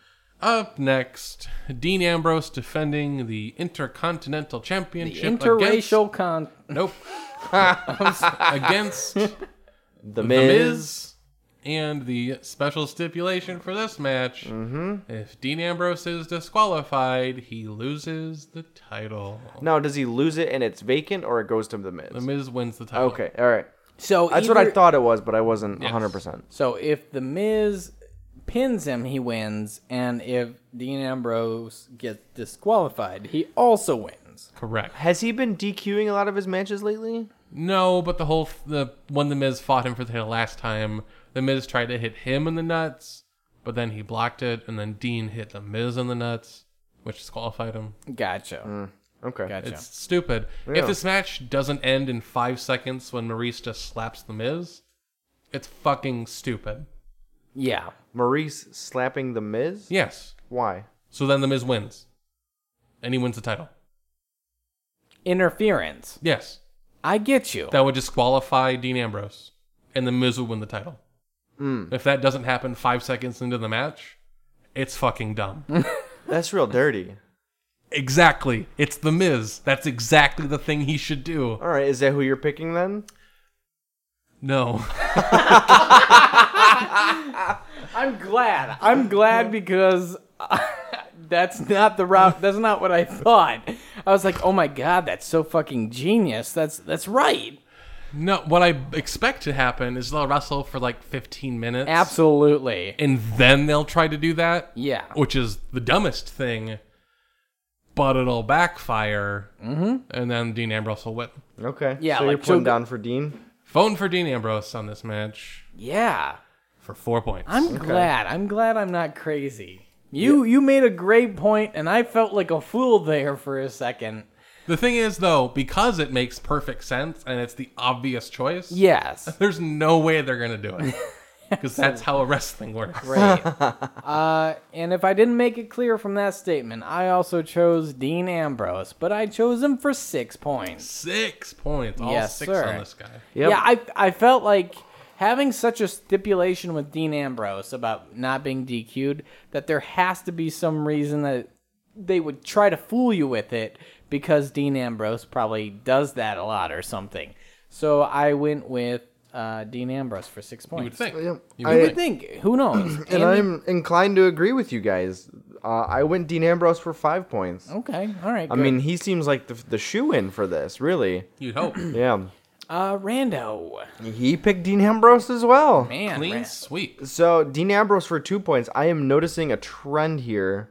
S3: Up next, Dean Ambrose defending the Intercontinental Championship
S2: Interracial
S3: against
S2: con.
S3: Nope. against The
S1: The Miz.
S3: Miz. And the special stipulation for this match
S1: Mm-hmm.
S3: if Dean Ambrose is disqualified, he loses the title.
S1: Now, does he lose it and it's vacant, or it goes to the Miz?
S3: The Miz wins the title.
S1: Okay, all right.
S2: So
S1: That's what
S2: either-
S1: I thought it was, but I wasn't 100%.
S2: So if the Miz pins him, he wins, and if Dean Ambrose gets disqualified, he also wins.
S3: Correct.
S1: Has he been DQing a lot of his matches lately?
S3: No, but the whole the when the Miz fought him for the title last time, the Miz tried to hit him in the nuts, but then he blocked it, and then Dean hit the Miz in the nuts, which disqualified him.
S2: Gotcha.
S1: Okay.
S2: Gotcha.
S3: It's stupid.
S1: Yeah.
S3: If this match doesn't end in five seconds when Maurice just slaps the Miz, it's fucking stupid.
S2: yeah.
S1: Maurice slapping the Miz?
S3: Yes.
S1: Why?
S3: So then the Miz wins, and he wins the title.
S2: Interference.
S3: Yes.
S2: I get you.
S3: That would disqualify Dean Ambrose, and the Miz would win the title. If that doesn't happen five seconds into the match, it's fucking dumb.
S1: That's real dirty.
S3: exactly. It's the Miz. That's exactly the thing he should do.
S1: All right, is that who you're picking then?
S3: No.
S2: I'm glad. I'm glad because that's not the route. That's not what I thought. I was like, oh my god, that's so fucking genius. That's that's right.
S3: No, what I expect to happen is they'll wrestle for like 15 minutes.
S2: Absolutely.
S3: And then they'll try to do that.
S2: Yeah.
S3: Which is the dumbest thing. But it'll backfire. Mm-hmm. And then Dean Ambrose will win.
S1: Okay.
S2: Yeah,
S1: So
S2: like
S1: you're putting
S2: Joe-
S1: down for Dean?
S3: Phone for Dean Ambrose on this match
S2: Yeah.
S3: for four points.
S2: I'm glad. I'm glad I'm not crazy. You you made a great point, and I felt like a fool there for a second.
S3: The thing is, though, because it makes perfect sense and it's the obvious choice,
S2: Yes.
S3: there's no way they're going to do it. because that's how wrestling works.
S2: Right. uh, and if I didn't make it clear from that statement, I also chose Dean Ambrose, but I chose him for six points.
S3: Six points, all
S2: Yes,
S3: six
S2: sir.
S3: on this guy.
S1: Yep.
S2: Yeah, I I felt like having such a stipulation with Dean Ambrose about not being DQ'd that there has to be some reason that they would try to fool you with it because Dean Ambrose probably does that a lot or something. So I went with uh, Dean Ambrose for six points.
S3: You would think.
S1: Yep.
S3: You
S1: I-
S2: You
S3: would
S2: would think. Who knows?
S1: And
S2: Andy-
S1: I'm inclined to agree with you guys. Uh, I went Dean Ambrose for five points.
S3: Oh,
S2: okay. All right.
S1: I
S2: good.
S1: mean, he seems like the, the shoe in for this, really.
S3: You'd hope.
S1: Yeah.
S2: uh, Rando.
S1: He picked Dean Ambrose as well.
S2: Man,
S3: Clean
S2: Ran-
S3: sweep.
S1: So Dean Ambrose for two points. I am noticing a trend here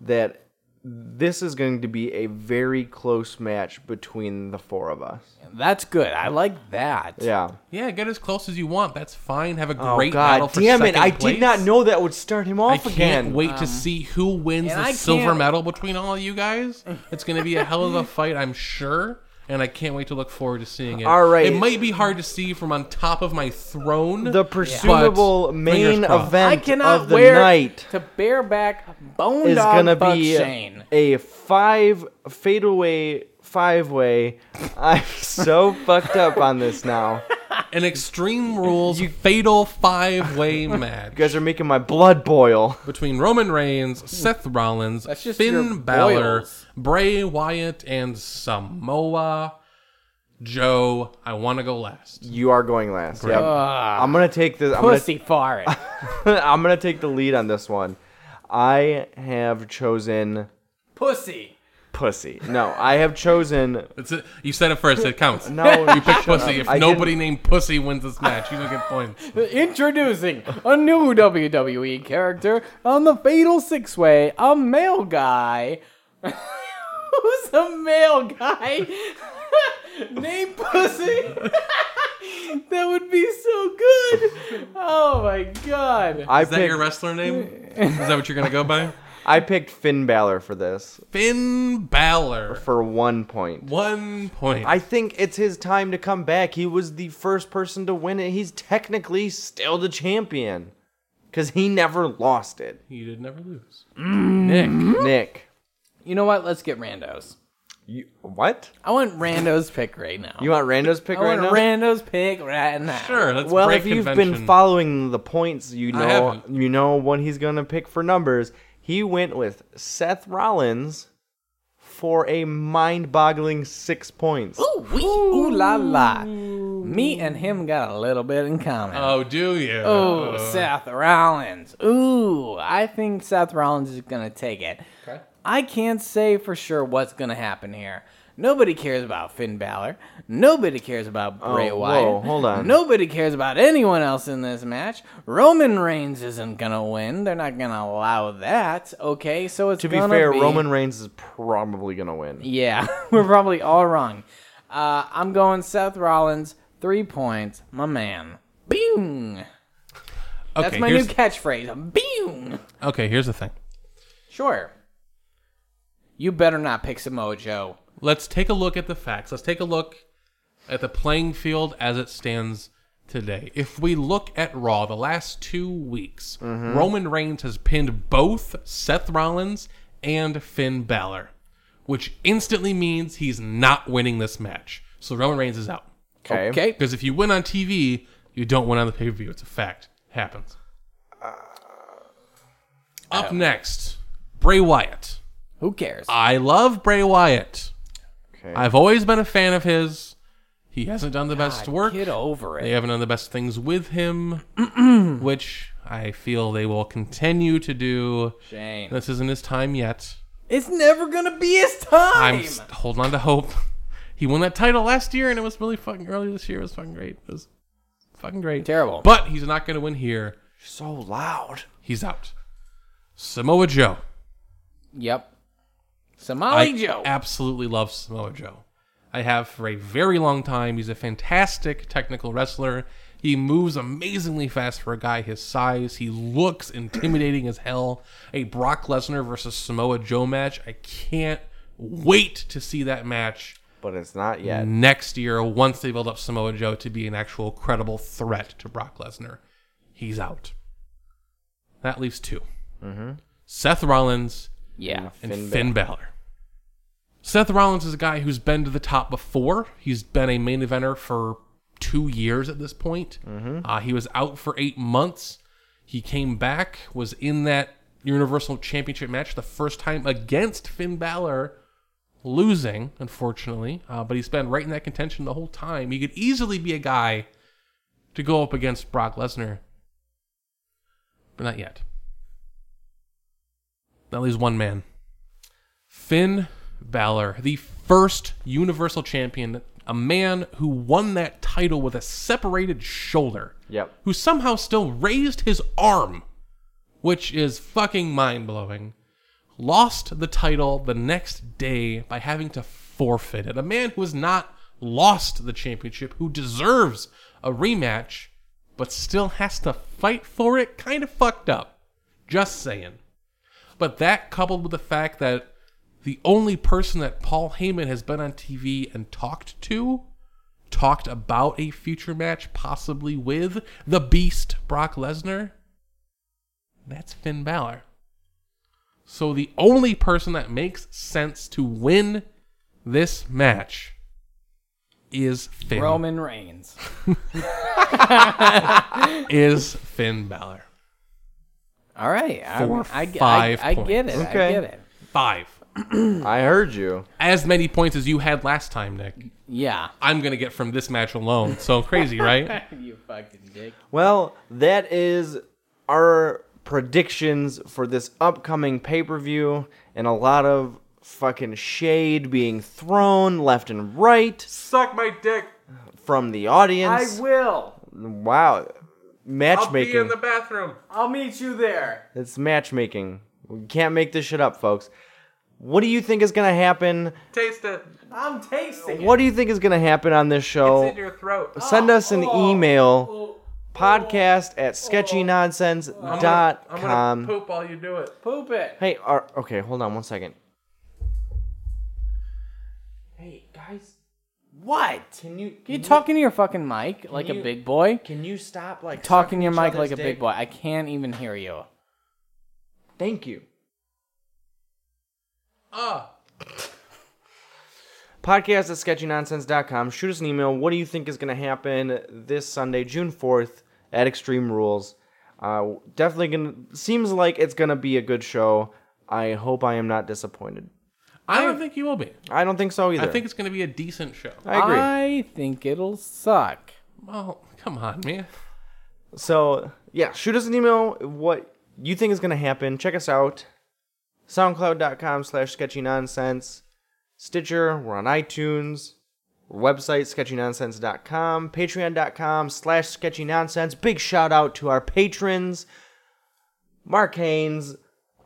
S1: that this is going to be a very close match between the four of us.
S2: that's good. I like that.
S1: Yeah.
S3: Yeah, get as close as you want. That's fine. Have a
S1: Oh
S3: great battle
S1: God,
S3: for
S1: damn it!
S3: second
S1: I
S3: place.
S1: did not know that would start him
S3: I
S1: off
S3: can't
S1: again.
S3: wait to see who wins
S2: Um, and
S3: the
S2: I
S3: silver
S2: can't-
S3: medal between all of you guys. It's going to be a hell of a fight, I'm sure, and I can't wait to look forward to seeing it.
S1: All right.
S3: it might be hard to see from on top of my throne.
S1: The
S3: but
S1: presumable
S3: fingers
S1: main
S3: crossed.
S1: event
S2: I cannot
S1: of the
S2: wear
S1: night
S2: to bareback bone
S1: is
S2: dog
S1: gonna
S2: fuck
S1: be
S2: Shane.
S1: a five fadeaway five way. I'm so fucked up on this now.
S3: An Extreme Rules fatal five way match
S1: You guys are making my blood boil.
S3: between Roman Reigns, Seth Rollins,
S2: That's just your
S3: Finn Balor,
S2: boils.
S3: Bray Wyatt, and Samoa Joe. I want to go last.
S1: You are going last. Yep.
S2: Ah,
S1: I'm gonna take this. I'm gonna,
S2: pussy fart.
S1: I'm gonna take the lead on this one. I have chosen
S2: pussy.
S1: pussy. No, I have chosen
S3: That's it. You said it first. It counts.
S1: no.
S3: You pick pussy. If
S1: I
S3: nobody named pussy wins this match, you don't get points.
S2: Introducing a new WWE character on the Fatal Six Way, a male guy. Who's a male guy? Named Pussy? that would be so good. Oh my god.
S1: I
S3: Is that your
S1: picked,
S3: wrestler name? Is that what you're gonna go by?
S1: I picked Finn Balor for this
S3: Finn Balor.
S1: for one point.
S3: One point.
S1: I think it's his time to come back. He was the first person to win it. He's technically still the champion because he never lost it.
S3: you did never lose.
S1: Mm. Nick, Nick,
S2: You know what? Let's get Randos.
S1: you, what?
S2: I want Rando's pick right now.
S1: You want Rando's pick
S2: I
S1: right now?
S2: want Rando's pick right now.
S3: Sure. Let's
S1: well,
S3: break
S1: if you've
S3: convention.
S1: been following the points, you know
S3: haven't.
S1: you know what he's gonna pick for numbers. He went with Seth Rollins for a mind-boggling six points.
S2: Ooh, wee. Ooh la la. Me and him got a little bit in common.
S3: oh, do you?
S2: Ooh,
S1: Uh.
S2: Seth Rollins. Ooh, I think Seth Rollins is going to take it. I can't say for sure what's going to happen here. Nobody cares about Finn Balor. Nobody cares about Bray
S1: Oh, whoa,
S2: Wyatt.
S1: hold on.
S2: Nobody cares about anyone else in this match. Roman Reigns isn't going to win. They're not going to allow that. Okay, so it's
S1: To be
S2: gonna
S1: fair, Roman Reigns is probably gonna win.
S2: yeah, we're probably all wrong. Uh, I'm going Seth Rollins, three points, my man. Bing.
S3: okay,
S2: That's my new
S3: here's,
S2: catchphrase. Bing.
S3: okay, here's the thing.
S2: Sure. You better not pick Samoa Joe.
S3: Let's take a look at the facts. Let's take a look at the playing field as it stands today. If we look at Raw the last two weeks, Roman Reigns has pinned both Seth Rollins and Finn Balor, which instantly means he's not winning this match. So Roman Reigns is out.
S1: Okay.
S2: Okay.
S3: Because if you win on TV, you don't win on the pay per view. It's a fact. happens. Up next, Bray Wyatt.
S2: Who cares?
S3: I love Bray Wyatt.
S1: Okay.
S3: I've always been a fan of his. He hasn't done the best work.
S2: Get over
S3: They
S2: it.
S3: haven't done the best things with him, which I feel they will continue to do.
S2: Shane.
S3: This isn't his time yet.
S2: It's never gonna be his time.
S3: I'm s- holding on to hope. He won that title last year, and it was really fucking early this year. It was fucking great. It was fucking great.
S2: Terrible.
S3: But he's not going to win here.
S1: So Oh, loud.
S3: He's out. Samoa Joe.
S2: yep. Somali
S3: I
S2: Joe.
S3: absolutely love Samoa Joe. I have for a very long time. He's a fantastic technical wrestler. He moves amazingly fast for a guy his size. He looks intimidating as hell. A Brock Lesnar versus Samoa Joe match. I can't wait to see that match
S1: But it's not yet.
S3: Mm. next year once they build up Samoa Joe to be an actual credible threat to Brock Lesnar. he's out. That leaves 2 Seth Rollins
S2: Yeah.
S3: and
S1: Finn
S3: Finn, Balor. Seth Rollins is a guy who's been to the top before. He's been a main eventer for two years at this point. Uh, he was out for eight months. He came back, was in that Universal Championship match the first time against Finn Balor, losing, unfortunately. Uh, but he's been right in that contention the whole time. He could easily be a guy to go up against Brock Lesnar, but not yet. That leaves one man. Finn Balor, the first Universal Champion, a man who won that title with a separated shoulder,
S1: Yep.
S3: who somehow still raised his arm, which is fucking mind blowing, lost the title the next day by having to forfeit it. A man who has not lost the championship, who deserves a rematch, but still has to fight for it, kind of fucked up. Just saying. But that coupled with the fact that the only person that Paul Heyman has been on TV and talked to, talked about a future match, possibly with the beast Brock Lesnar, that's Finn Balor. So the only person that makes sense to win this match is Finn
S2: Roman Reigns.
S3: is Finn Balor.
S2: All right. I-
S3: Four,
S2: I, I,
S3: five
S2: I, get it. I
S1: Okay.
S2: get it.
S3: Five.
S1: I heard you.
S3: As many points as you had last time, Nick.
S2: Yeah.
S3: I'm gonna get from this match alone. So crazy, right?
S2: you fucking dick.
S1: Well, that is our predictions for this upcoming pay per view, and a lot of fucking shade being thrown left and right
S3: Suck my dick.
S1: from the audience.
S2: will.
S1: wow, matchmaking.
S3: bathroom.
S2: I'll meet you there.
S1: It's matchmaking. We can't make this shit up, folks. What do you think is gonna happen?
S3: Taste it.
S2: I'm tasting
S1: What do you think is gonna happen on this
S2: Oh,
S1: show?
S3: throat.
S1: Send us an email podcast at sketchynonsense.com.
S3: poop while you do it.
S2: Poop it.
S1: Hey, are, okay, hold on one second.
S2: Hey, guys. What?
S1: Can you
S2: You talking to your fucking mic like a
S1: you-
S2: big boy?
S1: Can you stop like
S2: Talking to your
S1: sucking each
S2: mic like
S1: other's
S2: a big
S1: dick?
S2: boy. I can't even hear you.
S1: Thank you.
S3: Ah.
S1: Podcast at sketchynonsense.com. Shoot us an email. What do you think is going to happen this Sunday, June 4th at Extreme Rules? Uh, definitely going to, seems like it's going to be a good show. I hope I am not disappointed.
S3: I don't think you will be.
S1: I don't think so either.
S3: I think it's gonna be a decent show.
S1: I agree.
S2: I think it'll suck.
S3: Well, come on, man.
S1: So yeah, shoot us an email what you think is gonna happen. Check us out. SoundCloud.com slash sketchy nonsense. Stitcher, we're on iTunes. Website sketchynonsense.com, patreon.com slash sketchy nonsense. Big shout out to our patrons, Mark Haynes,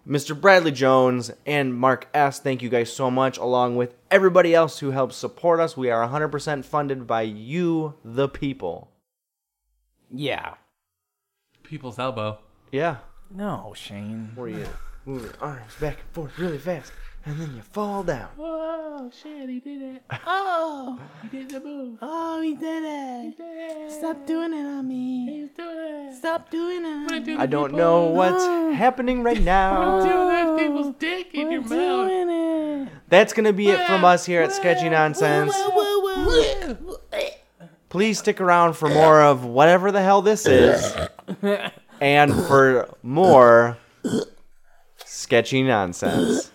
S1: Mr. Bradley Jones, and Mark S. Thank you guys so much, along with everybody else who helps support us. We are 100% funded by you, the people.
S2: Yeah.
S3: People's elbow.
S1: Yeah.
S2: No, Shane.
S1: where you move your arms back and forth really fast, and then you fall down.
S2: Oh shit, he did it. Oh, he did the move. Oh, he did it. Stop doing it on me. He's doing it. Stop doing it. What
S1: I don't know what's happening right now.
S3: There's people's dick in your mouth.
S2: doing it.
S1: That's gonna be it from us here at Sketchy Nonsense.
S2: Woo, woo.
S1: Please stick around for more of whatever the hell this is, and for more sketchy nonsense.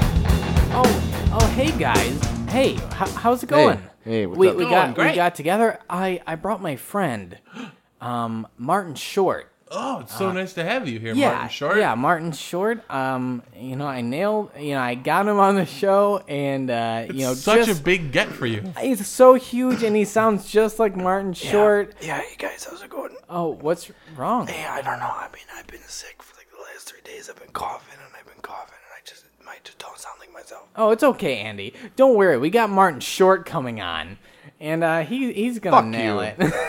S2: Oh, oh, hey guys. Hey, h- how's it going?
S1: Hey, what's
S2: we
S1: up?
S2: we
S1: Going
S2: got we
S3: great.
S2: got together. I I brought my friend, um, Martin Short.
S3: Oh, it's so nice to have you here,
S2: Ah. yeah,
S3: Martin Short.
S2: Yeah, Martin Short. Um, you know, I nailed. You know, I got him on the show, and uh, you know,
S3: Such
S2: just,
S3: a big get for you.
S2: he's so huge, and he sounds just like Martin Short.
S5: Yeah, hey guys, how's it going?
S2: Oh, what's wrong?
S5: Yeah, I don't know. I mean, I've been sick for like the last
S1: last three days I've been coughing and I've been coughing and I just it might just don't sound like myself.
S2: Oh, it's okay, Andy. Don't worry. We got Martin Short coming on, and uh, he he's gonna
S1: Fuck
S2: nail
S1: you.
S2: it.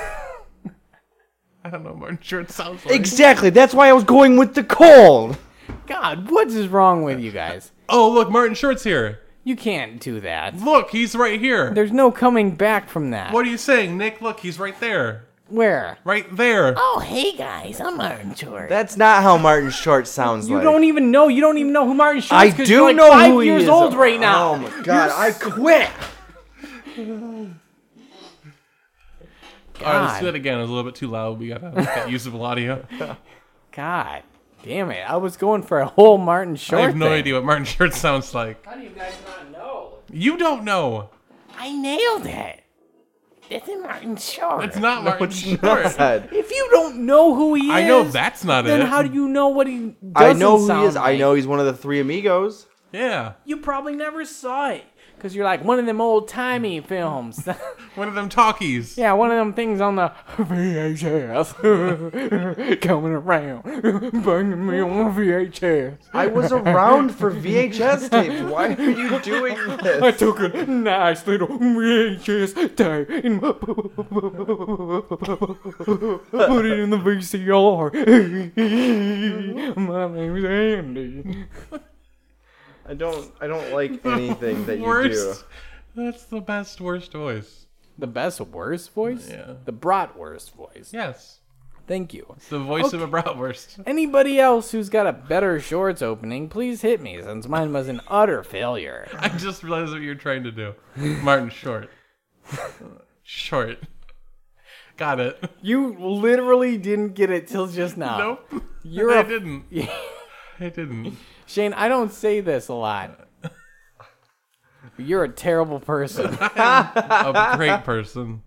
S3: I don't know. Martin Short sounds like.
S1: Exactly. That's why I was going with the cold.
S2: God, what is wrong with you guys?
S3: oh, look, Martin Short's here.
S2: You can't do that.
S3: Look, he's right here.
S2: There's no coming back from that.
S3: What are you saying, Nick? Look, he's right there.
S2: Where?
S3: Right there.
S2: Oh, hey guys, I'm Martin Short.
S1: That's not how Martin Short sounds
S2: you
S1: like.
S2: don't even know. You don't even know who Martin Short
S1: I
S2: is. 'cause you're
S1: do
S2: like
S1: know
S2: five
S1: who he
S2: years
S1: is.
S2: old right now.
S1: Oh my god, I quit.
S3: All right, let's
S2: God.
S3: do that again. It was a little bit too loud. We got that usable audio.
S2: God damn it! I was going for a whole Martin Short.
S3: I have no
S2: thing.
S3: idea what Martin Short sounds like.
S2: How do you guys not know?
S3: You don't know.
S2: I nailed it. This is Martin Short.
S3: It's not Martin
S1: It's
S3: Short.
S1: not.
S2: If you don't know who he is,
S3: I know that's not
S2: Then
S3: it.
S2: how do you know what he? Doesn't
S1: I know who he
S2: sound
S1: is. I
S2: like?
S1: know he's one of the three amigos.
S3: Yeah.
S2: You probably never saw it because you're like one of them old timey films.
S3: One of them talkies.
S2: yeah, one of them things on the VHS coming around, bringing me on VHS.
S1: I was around for VHS tapes. Why are you doing
S2: I
S1: this?
S2: took a nice little VHS tape and put it in the VCR. My name's Andy.
S1: I don't. I don't like anything that you do.
S3: worst. That's the best worst voice.
S2: The best worst voice?
S3: Yeah.
S2: The bratwurst voice.
S3: Yes.
S2: Thank you.
S3: It's the voice of a bratwurst.
S2: Anybody else who's got a better shorts opening, please hit me since mine was an utter failure.
S3: I just realized what you're trying to do. Martin Short. Short. Got it.
S2: You literally didn't get it till just now.
S3: Nope.
S2: You're
S3: I
S2: a
S3: didn't. I didn't.
S2: Shane, I don't say this a lot. But you're a terrible person.
S3: A great person.